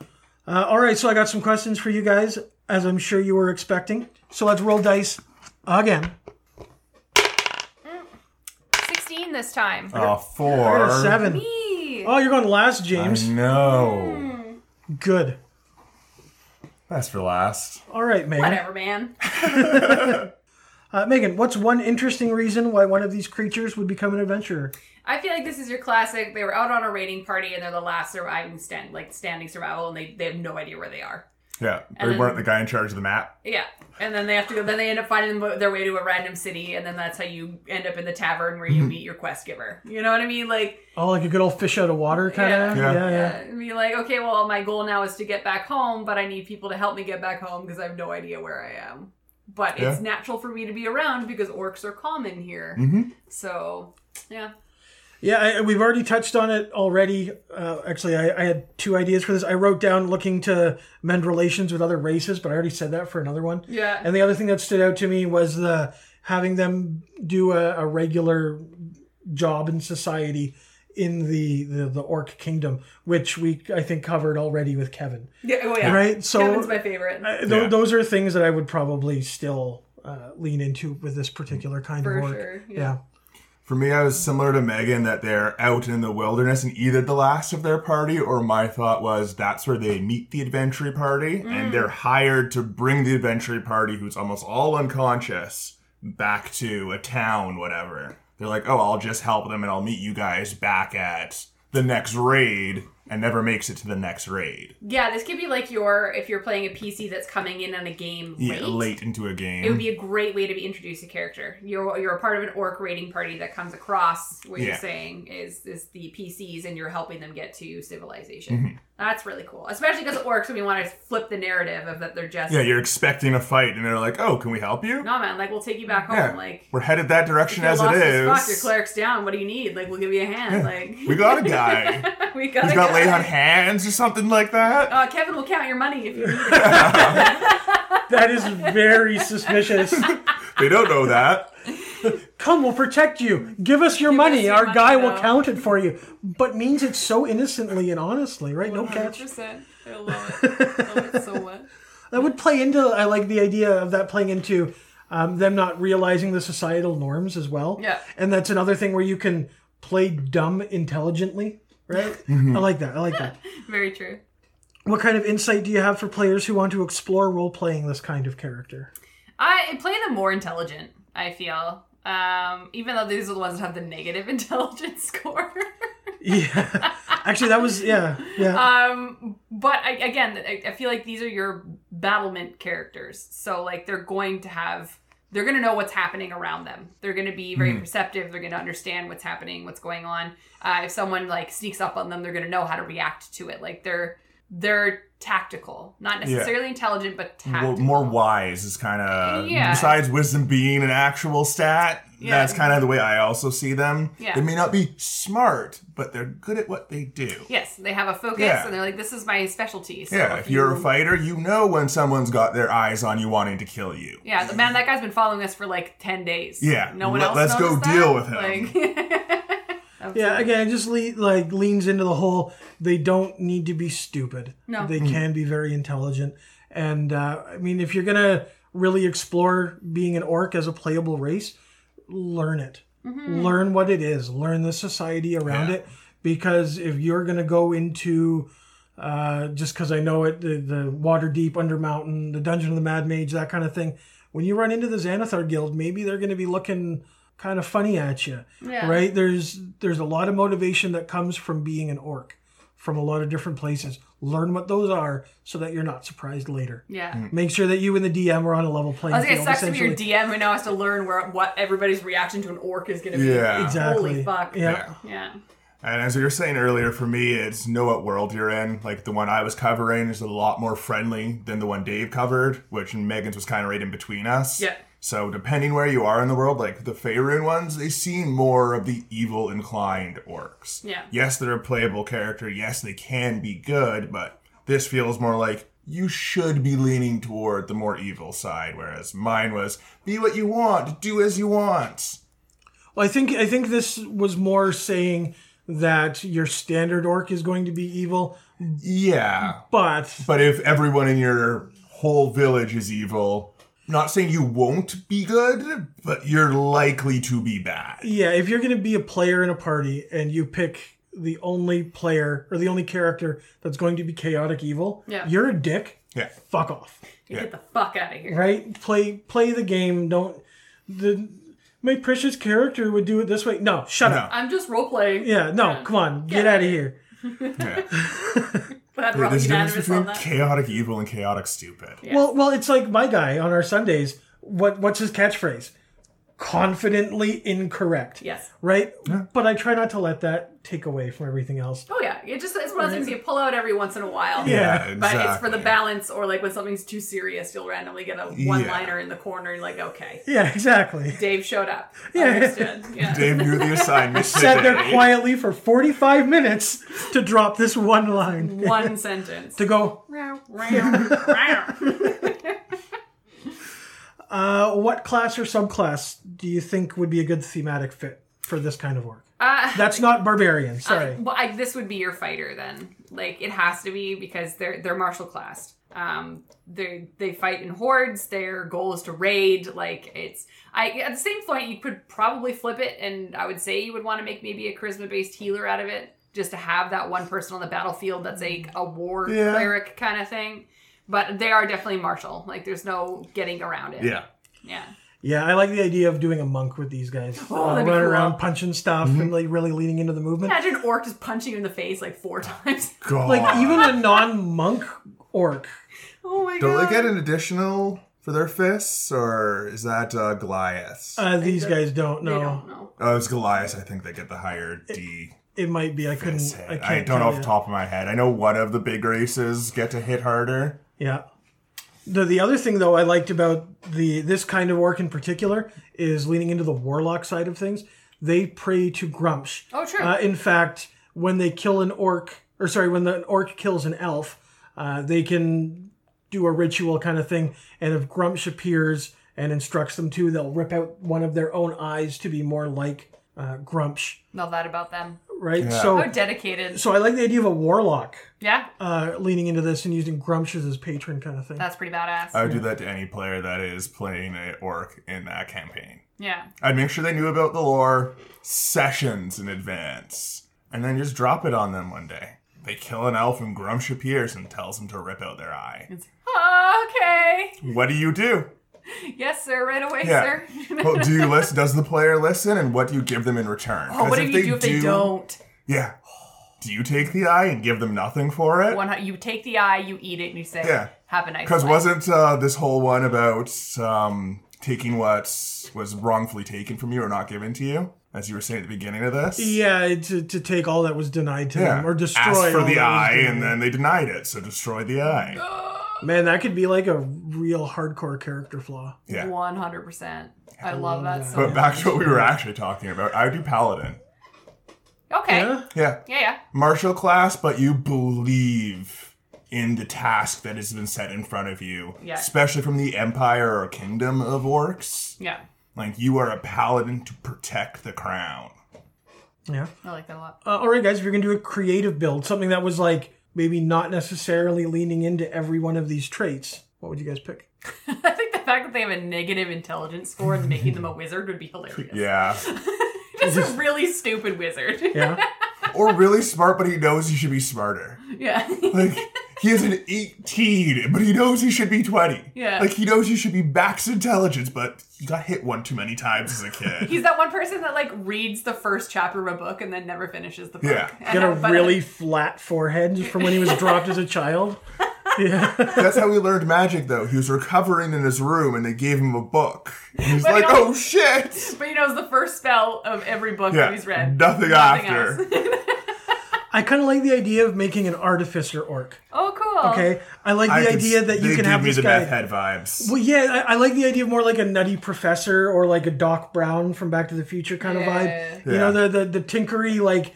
Speaker 2: Uh, all right. So I got some questions for you guys, as I'm sure you were expecting. So let's roll dice again.
Speaker 5: Sixteen this time.
Speaker 3: Uh,
Speaker 2: I
Speaker 3: four.
Speaker 2: got a seven. Oh, you're going last, James.
Speaker 3: No.
Speaker 2: Good.
Speaker 3: That's for last.
Speaker 2: All right, Megan.
Speaker 5: Whatever, man.
Speaker 2: Uh, Megan, what's one interesting reason why one of these creatures would become an adventurer?
Speaker 5: I feel like this is your classic. They were out on a raiding party and they're the last surviving stand, like standing survival, and they, they have no idea where they are.
Speaker 3: Yeah.
Speaker 5: And
Speaker 3: They
Speaker 5: then-
Speaker 3: weren't the guy in charge of the map.
Speaker 5: Yeah, and then they have to go. Then they end up finding their way to a random city, and then that's how you end up in the tavern where
Speaker 3: Mm-hmm.
Speaker 5: you meet your quest giver. You know what I mean? Like,
Speaker 2: Oh, like a good old fish out of water kind of?
Speaker 3: Yeah.
Speaker 2: yeah.
Speaker 5: yeah, and be like, okay, well, my goal now is to get back home, but I need people to help me get back home because I have no idea where I am. But
Speaker 3: Yeah.
Speaker 5: it's natural for me to be around because orcs are common here.
Speaker 3: Mm-hmm.
Speaker 5: So, yeah,
Speaker 2: Yeah, I, we've already touched on it already. Uh, actually, I, I had two ideas for this. I wrote down looking to mend relations with other races, but I already said that for another one.
Speaker 5: yeah,
Speaker 2: And the other thing that stood out to me was the having them do a, a regular job in society in the, the the orc kingdom, which we I think covered already with Kevin.
Speaker 5: yeah, oh, yeah.
Speaker 2: Right? So
Speaker 5: Kevin's my favorite.
Speaker 2: I- tho-
Speaker 3: Yeah.
Speaker 2: those are things that I would probably still uh, lean into with this particular kind
Speaker 5: For
Speaker 2: of work.
Speaker 5: sure, yeah.
Speaker 2: yeah.
Speaker 3: For me, I was similar to Megan that they're out in the wilderness and either the last of their party, or my thought was that's where they meet the adventure party
Speaker 5: Mm.
Speaker 3: and they're hired to bring the adventure party, who's almost all unconscious, back to a town, whatever. They're like, oh, I'll just help them and I'll meet you guys back at the next raid and never makes it to the next raid.
Speaker 5: yeah, this could be like your if you're playing a PC that's coming in on a game
Speaker 3: Yeah,
Speaker 5: late.
Speaker 3: late into a game.
Speaker 5: It would be a great way to be introduced to character. You're you're a part of an orc raiding party that comes across what you're
Speaker 3: Yeah.
Speaker 5: saying is is the PCs, and you're helping them get to civilization.
Speaker 3: Mm-hmm.
Speaker 5: That's really cool, especially because orcs. When we want to flip the narrative of that they're just
Speaker 3: yeah, you're expecting a fight and they're like, oh, can we help you?
Speaker 5: no man. Like we'll take you back home.
Speaker 3: Yeah,
Speaker 5: Like
Speaker 3: we're headed that
Speaker 5: if
Speaker 3: direction
Speaker 5: you're
Speaker 3: as
Speaker 5: lost
Speaker 3: it
Speaker 5: as fuck, your
Speaker 3: is.
Speaker 5: cleric's down. What do you need? Like we'll give you a hand. Like
Speaker 3: We got a guy.
Speaker 5: we got
Speaker 3: He's
Speaker 5: a
Speaker 3: got
Speaker 5: guy.
Speaker 3: laid on hands or something like that.
Speaker 5: Uh, Kevin will count your money if you need it.
Speaker 2: That is very suspicious.
Speaker 3: They don't know that.
Speaker 2: Come, we'll protect you. Give us your money.
Speaker 5: your
Speaker 2: Our
Speaker 5: money,
Speaker 2: guy
Speaker 5: though.
Speaker 2: will count it for you. But means it so innocently and honestly, right? No catch.
Speaker 5: percent. I love it. I love it so much.
Speaker 2: That would play into. I like the idea of that playing into um, them not realizing the societal norms as well.
Speaker 5: Yeah.
Speaker 2: And that's another thing where you can play dumb intelligently, right? I like that. I like that.
Speaker 5: Very true.
Speaker 2: What kind of insight do you have for players who want to explore role playing this kind of character?
Speaker 5: I play them more intelligent. I feel, um, even though these are the ones that have the negative intelligence score.
Speaker 2: Yeah. Actually, that was, yeah. Yeah.
Speaker 5: um, but I, again, I, I feel like these are your battlement characters, so like they're going to have. They're going to know what's happening around them. They're going to be
Speaker 3: Hmm.
Speaker 5: very perceptive. They're going to understand what's happening, what's going on. Uh, if someone like sneaks up on them, they're going to know how to react to it. Like they're they're tactical, not
Speaker 3: Yeah.
Speaker 5: necessarily intelligent, but
Speaker 3: Well,
Speaker 5: tactical.
Speaker 3: more wise is kind of
Speaker 5: Yeah.
Speaker 3: besides wisdom being an actual stat.
Speaker 5: Yeah.
Speaker 3: That's kind of the way I also see them.
Speaker 5: Yeah.
Speaker 3: They may not be smart, but they're good at what they do.
Speaker 5: Yes, they have a focus,
Speaker 3: Yeah.
Speaker 5: and they're like, "This is my specialty." So
Speaker 3: Yeah, if you're a fighter, you know when someone's got their eyes on you wanting to kill you.
Speaker 5: Yeah, the man, that guy's been following us for like ten days.
Speaker 3: Yeah,
Speaker 5: no one
Speaker 3: let-
Speaker 5: else.
Speaker 3: let's go
Speaker 5: noticed that?
Speaker 3: deal with him.
Speaker 5: Like,
Speaker 2: Yeah, again, it just le- like leans into the whole they don't need to be stupid.
Speaker 5: No.
Speaker 2: They can be very intelligent. And uh, I mean, if you're going to really explore being an orc as a playable race, learn it. Learn what it is, learn the society around
Speaker 3: Yeah.
Speaker 2: it. Because if you're going to go into uh, just because I know it, the, the Water Deep, Undermountain, the Dungeon of the Mad Mage, that kind of thing. When you run into the Xanathar Guild, maybe they're going to be looking kind of funny at you,
Speaker 5: Yeah.
Speaker 2: right? There's there's a lot of motivation that comes from being an orc, from a lot of different places. Learn what those are so that you're not surprised later.
Speaker 5: Yeah.
Speaker 3: Hmm.
Speaker 2: Make sure that you and the DM are on a level playing
Speaker 5: I was gonna
Speaker 2: field.
Speaker 5: suck to be your
Speaker 2: essentially.
Speaker 5: DM who now has to learn where what everybody's reaction to an orc is gonna be.
Speaker 3: Yeah.
Speaker 2: Exactly.
Speaker 5: Holy fuck.
Speaker 2: Yeah.
Speaker 3: Yeah.
Speaker 5: Yeah.
Speaker 3: And as you were saying earlier, for me, it's know what world you're in. Like the one I was covering is a lot more friendly than the one Dave covered, which in Megan's was kind of right in between us.
Speaker 5: Yeah.
Speaker 3: So depending where you are in the world, like the Faerun ones, they seem more of the evil inclined orcs.
Speaker 5: Yeah.
Speaker 3: Yes, they're a playable character. Yes, they can be good, but this feels more like you should be leaning toward the more evil side, whereas mine was be what you want, do as you want.
Speaker 2: Well, I think I think this was more saying that your standard orc is going to be evil,
Speaker 3: Yeah.
Speaker 2: but
Speaker 3: But if everyone in your whole village is evil, not saying you won't be good, but you're likely to be bad.
Speaker 2: Yeah, if you're going to be a player in a party and you pick the only player or the only character that's going to be chaotic evil,
Speaker 5: Yeah.
Speaker 2: you're a dick.
Speaker 3: Yeah.
Speaker 2: Fuck off.
Speaker 3: Yeah.
Speaker 5: Get the fuck out of here.
Speaker 2: Right? Play play the game. Don't the my precious character would do it this way. No, shut up.
Speaker 5: I'm just role playing.
Speaker 2: Yeah, no, come on. Get out of here.
Speaker 3: Yeah.
Speaker 5: But we're all
Speaker 3: There's a difference
Speaker 5: unanimous on
Speaker 3: between
Speaker 5: that.
Speaker 3: chaotic evil and chaotic stupid.
Speaker 2: Well, well, it's like my guy on our Sundays. What what's his catchphrase? Confidently incorrect.
Speaker 5: Yes.
Speaker 2: Right? But I try not to let that take away from everything else.
Speaker 5: Oh yeah. It just it's one of those things you pull out every once in a while.
Speaker 2: Yeah,
Speaker 5: But it's for the balance, or like when something's too serious, you'll randomly get a one liner in the corner, and like, okay,
Speaker 2: Yeah, exactly.
Speaker 5: Dave showed up. Yeah. Understood. Yeah.
Speaker 3: Dave, you're the assignment.
Speaker 2: sat there
Speaker 3: today.
Speaker 2: quietly for 45 minutes to drop this one line
Speaker 5: One sentence.
Speaker 2: to go uh, what class or subclass do you think would be a good thematic fit for this kind of work
Speaker 5: Uh,
Speaker 2: that's not barbarian sorry
Speaker 5: Well, I, this would be your fighter then. Like it has to be because they're they're martial classed. Um, they they fight in hordes. Their goal is to raid. Like it's I at the same point you could probably flip it, and I would say you would want to make maybe a charisma based healer out of it, just to have that one person on the battlefield that's a a war
Speaker 3: Yeah.
Speaker 5: cleric kind of thing. But they are definitely martial. Like there's no getting around it.
Speaker 3: Yeah.
Speaker 5: yeah.
Speaker 2: yeah i like the idea of doing a monk with these guys
Speaker 5: Oh,
Speaker 2: uh,
Speaker 5: that'd
Speaker 2: running
Speaker 5: be cool.
Speaker 2: around punching stuff and like really leaning into the movement
Speaker 5: Imagine an orc just punching you in the face like four times.
Speaker 3: God.
Speaker 2: like even a non-monk orc
Speaker 5: oh my
Speaker 3: Don't
Speaker 5: god!
Speaker 3: they get an additional for their fists, or is that uh, Goliath?
Speaker 2: uh, these guys don't
Speaker 5: They
Speaker 2: know
Speaker 5: don't know.
Speaker 3: oh, it's Goliath. I think they get the higher D.
Speaker 2: it might be i couldn't i,
Speaker 3: I,
Speaker 2: can't
Speaker 3: don't know
Speaker 2: tell
Speaker 3: off the
Speaker 2: ya.
Speaker 3: top of my head. I know one of the big races get to hit harder.
Speaker 2: Yeah. The the other thing though I liked about the this kind of work in particular is leaning into the warlock side of things. They pray to Grumsh.
Speaker 5: Oh, true.
Speaker 2: Uh, in fact, when they kill an orc, or sorry, when the, an orc kills an elf, uh, they can do a ritual kind of thing. And if Grumsh appears and instructs them to, they'll rip out one of their own eyes to be more like uh, Grumsh,
Speaker 5: Love that about them.
Speaker 2: right?
Speaker 3: Yeah.
Speaker 5: Oh,
Speaker 2: So,
Speaker 5: dedicated.
Speaker 2: so I like the idea of a warlock
Speaker 5: Yeah,
Speaker 2: uh, leaning into this and using Grumsh as his patron kind of thing.
Speaker 5: that's pretty badass.
Speaker 3: I would do that to any player that is playing an orc in that campaign.
Speaker 5: yeah.
Speaker 3: I'd make sure they knew about the lore sessions in advance, and then just drop it on them one day. They kill an elf and Grumsh appears and tells them to rip out their eye.
Speaker 5: Okay.
Speaker 3: What do you do?
Speaker 5: Yes, sir. Right away,
Speaker 3: Yeah.
Speaker 5: sir.
Speaker 3: Well, do you listen? Does the player listen? And what do you give them in return?
Speaker 5: oh, what
Speaker 3: Because
Speaker 5: do you do if they don't?
Speaker 3: Yeah. Do you take the eye and give them nothing for it?
Speaker 5: One, hu- you take the eye, you eat it, and you say,
Speaker 3: Yeah.
Speaker 5: "Have a nice."
Speaker 3: Because
Speaker 5: life.
Speaker 3: wasn't uh, this whole one about um, taking what was wrongfully taken from you or not given to you, as you were saying at the beginning of this?
Speaker 2: Yeah, to, to take all that was denied to
Speaker 3: Yeah.
Speaker 2: them or destroy
Speaker 3: Asked for
Speaker 2: all
Speaker 3: the
Speaker 2: that was Oh,
Speaker 3: eye, and
Speaker 2: denied.
Speaker 3: then they denied it, so destroy the eye.
Speaker 2: man, that could be like a real hardcore character flaw.
Speaker 3: Yeah.
Speaker 5: One hundred percent. I love that so.
Speaker 3: But back to what we were actually talking about, I would do paladin.
Speaker 5: much. Okay. Yeah.
Speaker 2: Yeah,
Speaker 3: Yeah,
Speaker 5: yeah,
Speaker 3: martial class, but you believe in the task that has been set in front of you,
Speaker 5: Yeah.
Speaker 3: especially from the empire or kingdom of orcs.
Speaker 5: yeah,
Speaker 3: Like you are a paladin to protect the crown.
Speaker 2: yeah.
Speaker 5: I like that a lot.
Speaker 2: Uh, all right, guys, if you're gonna do a creative build, something that was like maybe not necessarily leaning into every one of these traits, what would you guys pick?
Speaker 5: I think the fact that they have a negative intelligence score and making them a wizard would be hilarious.
Speaker 3: Yeah.
Speaker 5: Just a really stupid wizard.
Speaker 2: Yeah,
Speaker 3: or really smart, but he knows he should be smarter.
Speaker 5: yeah.
Speaker 3: Like He is an 18, but he knows he should be 20.
Speaker 5: Yeah.
Speaker 3: Like, he knows he should be max intelligence, but he got hit one too many times as a kid.
Speaker 5: He's that one person that like reads the first chapter of a book and then never finishes the book.
Speaker 3: Yeah.
Speaker 5: And
Speaker 2: Got a
Speaker 1: uh,
Speaker 5: but-
Speaker 2: really flat forehead just from when he was dropped as a child.
Speaker 3: That's how he learned magic, though. He was recovering in his room, and they gave him a book. And he's
Speaker 5: But
Speaker 3: like,
Speaker 5: no.
Speaker 3: oh, shit!
Speaker 5: But he knows the first spell of every book
Speaker 3: Yeah,
Speaker 5: that he's read.
Speaker 3: nothing after.
Speaker 5: else.
Speaker 2: I kind of like the idea of making an artificer orc.
Speaker 5: oh, cool.
Speaker 2: Okay, I like
Speaker 3: I
Speaker 2: the
Speaker 3: could-
Speaker 2: idea that
Speaker 3: they
Speaker 2: you can have
Speaker 3: give me
Speaker 2: this
Speaker 3: the
Speaker 2: guy.
Speaker 3: meth head vibes.
Speaker 2: Well, yeah, I, I like the idea of more like a nutty professor or like a Doc Brown from Back to the Future kind of vibe. You know,
Speaker 3: Yeah.
Speaker 2: the the the tinkery, like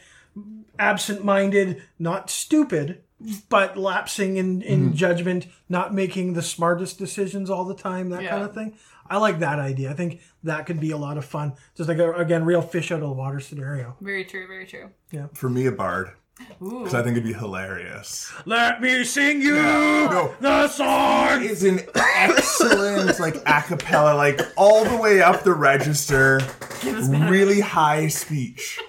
Speaker 2: absent-minded, not stupid, but lapsing in in judgment, not making the smartest decisions all the time, that kind of thing. I like that idea. I think that could be a lot of fun. Just like a, again, real fish out of the water scenario.
Speaker 5: Very true. Very true.
Speaker 3: For me, a bard. Because I think it'd be hilarious.
Speaker 2: Let me sing you
Speaker 3: No.
Speaker 2: the song.
Speaker 3: is an excellent like a cappella, like all the way up the register. Really high speech.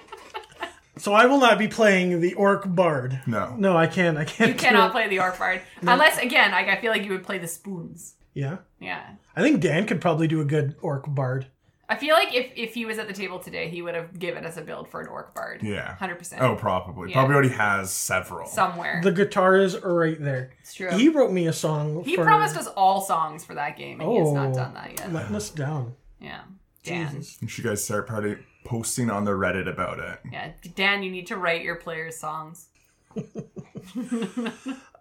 Speaker 2: So I will not be playing the orc bard.
Speaker 3: No.
Speaker 2: No, I can't. I can't.
Speaker 5: You
Speaker 2: do
Speaker 5: cannot
Speaker 2: it.
Speaker 5: play the orc bard unless, again, like, I feel like you would play the spoons.
Speaker 2: Yeah.
Speaker 5: Yeah.
Speaker 2: I think Dan could probably do a good orc bard.
Speaker 5: I feel like if, if he was at the table today, he would have given us a build for an orc bard.
Speaker 3: Yeah.
Speaker 5: 100%.
Speaker 3: Oh, probably. Probably already has several.
Speaker 5: Somewhere.
Speaker 2: The guitar is right there.
Speaker 5: it's true.
Speaker 2: He
Speaker 5: He,
Speaker 2: wrote me a song. for
Speaker 5: promised us all songs for that game, and he has
Speaker 2: Oh.
Speaker 5: not done that yet.
Speaker 2: letting us down.
Speaker 5: Yeah. Dan.
Speaker 3: You should guys start party posting on the Reddit about it.
Speaker 5: Yeah. Dan, you need to write your players' songs.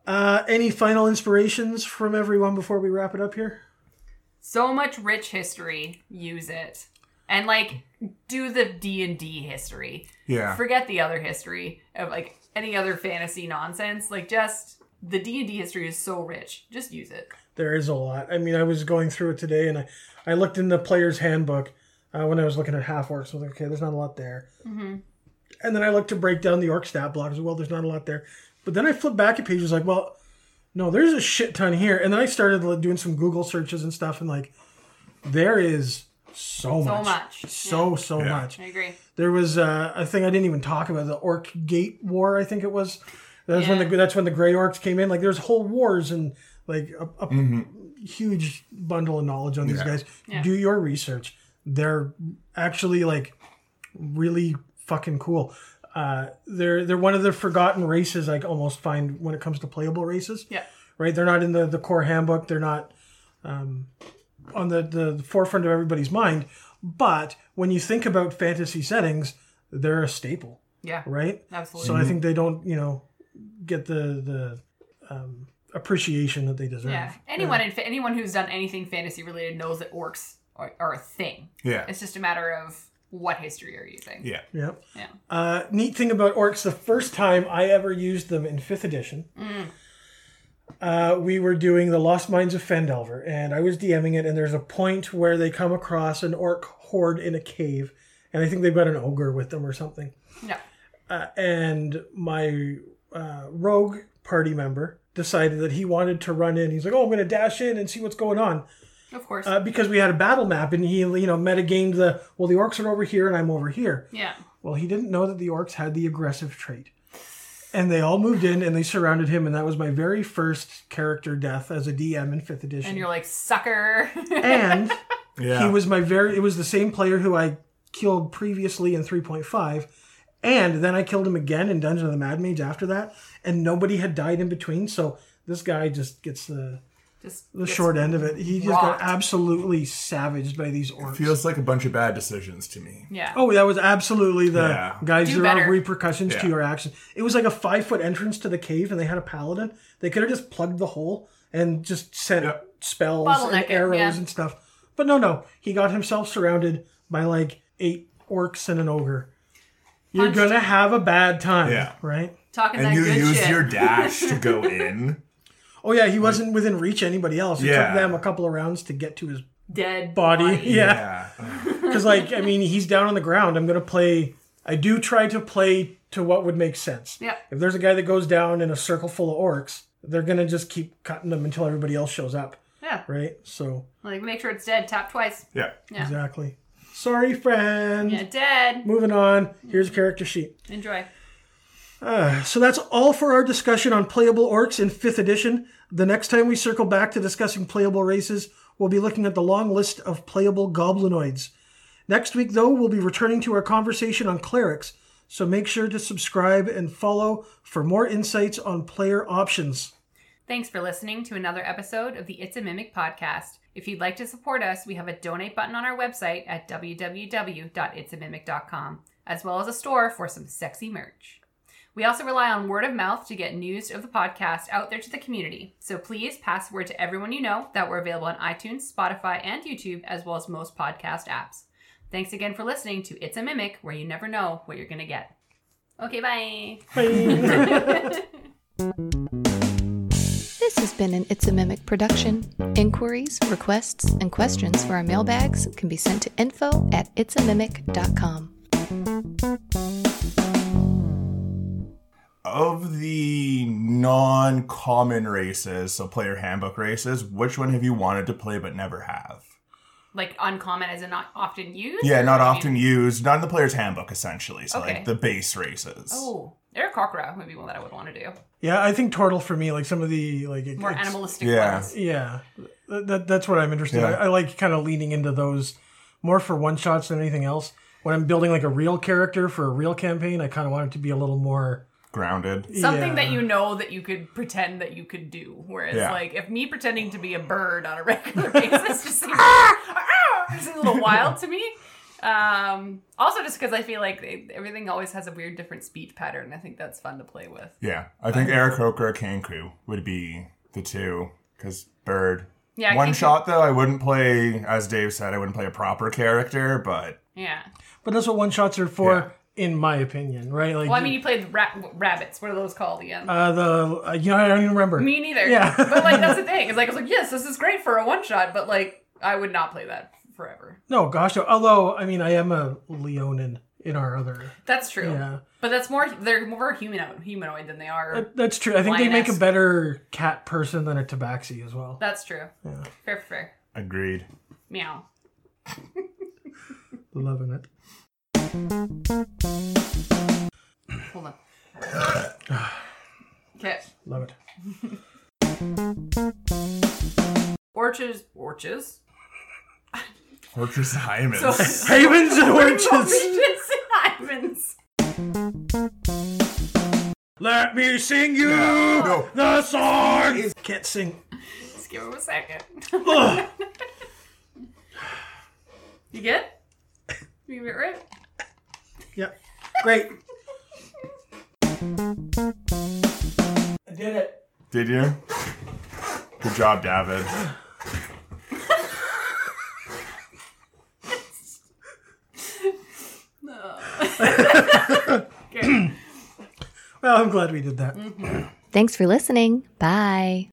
Speaker 2: Uh, any final inspirations from everyone before we wrap it up here?
Speaker 5: so much rich history use it and like do the d&d history
Speaker 3: Yeah.
Speaker 5: forget the other history of like any other fantasy nonsense like just the d&d history is so rich just use it
Speaker 2: There is a lot. I mean, I was going through it today, and I, I looked in the player's handbook uh, when I was looking at half orcs. I was like, okay, there's not a lot there. Mm-hmm. And then I looked to break down the orc stat block as well. There's not a lot there. But then I flipped back a page. I was like, well, no, there's a shit ton here. And then I started like, doing some Google searches and stuff, and like, there is so much,
Speaker 5: much.
Speaker 2: so so
Speaker 3: Yeah.
Speaker 2: much.
Speaker 5: i agree
Speaker 2: There was uh, a thing I didn't even talk about the Orc Gate War. I think it was. That's when the that's when the Grey Orcs came in. Like there's whole wars and like a, a huge bundle of knowledge on these guys. Do your research. They're actually like really fucking cool. Uh, they're they're one of the forgotten races I almost find when it comes to playable races.
Speaker 5: Yeah.
Speaker 2: Right. They're not in the the core handbook. They're not um, on the, the, the forefront of everybody's mind. But when you think about fantasy settings, they're a staple,
Speaker 5: yeah
Speaker 2: right?
Speaker 5: absolutely
Speaker 2: So I think they don't, you know, get the the um, appreciation that they deserve.
Speaker 5: yeah anyone in fa- anyone who's done anything fantasy related knows that orcs are, are a thing
Speaker 3: Yeah.
Speaker 5: it's just a matter of what history are you using
Speaker 3: Yeah.
Speaker 2: Yeah.
Speaker 5: Yeah.
Speaker 2: Uh, neat thing about orcs, the first time I ever used them in fifth edition, uh, we were doing the Lost Mines of Fendelver, and I was DMing it, and there's a point where they come across an orc horde in a cave, and I think they've got an ogre with them or something.
Speaker 5: Yeah.
Speaker 2: Uh, and my uh, rogue party member decided that he wanted to run in. He's like, oh, I'm going to dash in and see what's going on
Speaker 5: of course
Speaker 2: uh, because we had a battle map and he you know metagamed the well the orcs are over here and i'm over here
Speaker 5: yeah
Speaker 2: well he didn't know that the orcs had the aggressive trait and they all moved in and they surrounded him and that was my very first character death as a dm in fifth edition
Speaker 5: and you're like sucker
Speaker 2: And
Speaker 3: Yeah.
Speaker 2: he was my very it was the same player who i killed previously in 3.5 and then i killed him again in dungeon of the mad mage after that and nobody had died in between so this guy just gets the
Speaker 5: just
Speaker 2: the short end of it he just
Speaker 5: rocked.
Speaker 2: got absolutely savaged by these orcs
Speaker 3: Feels like a bunch of bad decisions to me.
Speaker 5: yeah
Speaker 2: Oh, that was absolutely the
Speaker 3: Yeah.
Speaker 2: guys.
Speaker 5: Do
Speaker 2: there are
Speaker 5: better.
Speaker 2: repercussions to
Speaker 3: Yeah.
Speaker 2: your action. It was like a five foot entrance to the cave, and they had a paladin. They could have just plugged the hole and just sent
Speaker 3: Yep.
Speaker 2: spells
Speaker 5: Bottleneck it,
Speaker 2: and arrows
Speaker 5: yeah.
Speaker 2: and stuff. But no, no, he got himself surrounded by like eight orcs and an ogre. You're
Speaker 5: Punched.
Speaker 2: gonna have a bad time,
Speaker 3: Yeah.
Speaker 2: right?
Speaker 5: talking
Speaker 3: And
Speaker 5: that
Speaker 3: you
Speaker 5: good
Speaker 3: use
Speaker 5: shit
Speaker 3: your dash to go in.
Speaker 2: Oh yeah, he wasn't within reach of anybody else. It
Speaker 3: Yeah.
Speaker 2: took them a couple of rounds to get to his
Speaker 5: dead
Speaker 2: body. yeah.
Speaker 3: Yeah.
Speaker 2: Because, like, I mean, he's down on the ground. I'm going to play. I do try to play to what would make sense.
Speaker 5: Yeah.
Speaker 2: If there's a guy that goes down in a circle full of orcs, they're going to just keep cutting them until everybody else shows up,
Speaker 5: yeah
Speaker 2: right? So,
Speaker 5: like make sure it's dead tap twice
Speaker 3: Yeah.
Speaker 5: Yeah.
Speaker 2: exactly. Sorry, friend.
Speaker 5: yeah dead
Speaker 2: Moving on. Here's a character sheet.
Speaker 5: Enjoy.
Speaker 2: So that's all for our discussion on playable orcs in 5th edition. The next time we circle back to discussing playable races, we'll be looking at the long list of playable goblinoids. Next week, though, we'll be returning to our conversation on clerics, so make sure to subscribe and follow for more insights on player options.
Speaker 5: Thanks for listening to another episode of the It's a Mimic podcast. If you'd like to support us, we have a donate button on our website at www.itsamimic.com, as well as a store for some sexy merch. We also rely on word of mouth to get news of the podcast out there to the community. So please pass the word to everyone you know that we're available on iTunes, Spotify, and YouTube, as well as most podcast apps. Thanks again for listening to It's a Mimic, where you never know what you're going to get. Okay, bye.
Speaker 4: This has been an It's a Mimic production. Inquiries, requests, and questions for our mailbags can be sent to info at itsamimic.com.
Speaker 3: Of the non common races, so player handbook races, which one have you wanted to play but never have?
Speaker 5: Like uncommon as in not often used?
Speaker 3: Yeah, not
Speaker 5: Or I mean-
Speaker 3: often used. Not in the player's handbook, essentially. So,
Speaker 5: Okay.
Speaker 3: like the base races.
Speaker 5: Oh, Eric Cockra would be one that I would want to do.
Speaker 2: Yeah, I think turtle for me, like some of the like it-
Speaker 5: More
Speaker 2: it's-
Speaker 5: animalistic
Speaker 3: yeah.
Speaker 5: ones.
Speaker 2: Yeah, Th- that, that's what I'm interested. in.
Speaker 3: Yeah.
Speaker 2: I, I like kind of leaning into those more for one shots than anything else. When I'm building like a real character for a real campaign, I kind of want it to be a little more.
Speaker 3: Grounded.
Speaker 2: yeah.
Speaker 7: Something that you know that you could pretend that you could do. Whereas,
Speaker 3: Yeah.
Speaker 7: like, if me pretending to be a bird on a regular basis just seems, Ah! Ah! seems a little wild to me. Um, also, just because I feel like they, everything always has a weird different speech pattern. I think that's fun to play with.
Speaker 3: Yeah. I think Eric Hoker or Kanku would be the two, because Bird.
Speaker 5: Yeah,
Speaker 3: One
Speaker 5: Kanku-
Speaker 3: shot, though, I wouldn't play, as Dave said, I wouldn't play a proper character, but
Speaker 5: Yeah.
Speaker 2: But that's what one shots are for, in my opinion, right? Like,
Speaker 5: Well, I mean, you played ra- rabbits. What are those called again?
Speaker 2: uh, the uh, you know I don't even remember.
Speaker 5: Me neither.
Speaker 2: Yeah.
Speaker 5: but like that's the thing. It's like I was like, yes, this is great for a one shot, but like I would not play that forever.
Speaker 2: No, gosh, no. although I mean I am a Leonin in our other.
Speaker 5: That's true.
Speaker 2: Yeah,
Speaker 5: But that's more they're more humanoid humanoid than they are.
Speaker 2: That- that's true. I think they make a
Speaker 5: Lioness.
Speaker 2: better cat person than a Tabaxi as well.
Speaker 5: that's true. Fair fair.
Speaker 3: agreed.
Speaker 5: Meow.
Speaker 2: Loving it.
Speaker 5: Hold on. okay.
Speaker 2: Love it.
Speaker 5: Orches orches.
Speaker 3: Fortress Hyman.
Speaker 2: Havens and witches.
Speaker 5: Orches and hymens.
Speaker 2: Let me sing you
Speaker 3: No.
Speaker 2: the song. Can't sing.
Speaker 5: Just give him a second.
Speaker 2: Ugh.
Speaker 5: You good? You get right?
Speaker 2: yeah, great. I did it.
Speaker 3: Did you? Good job, David.
Speaker 2: Well, I'm glad we did that.
Speaker 4: Thanks for listening. Bye.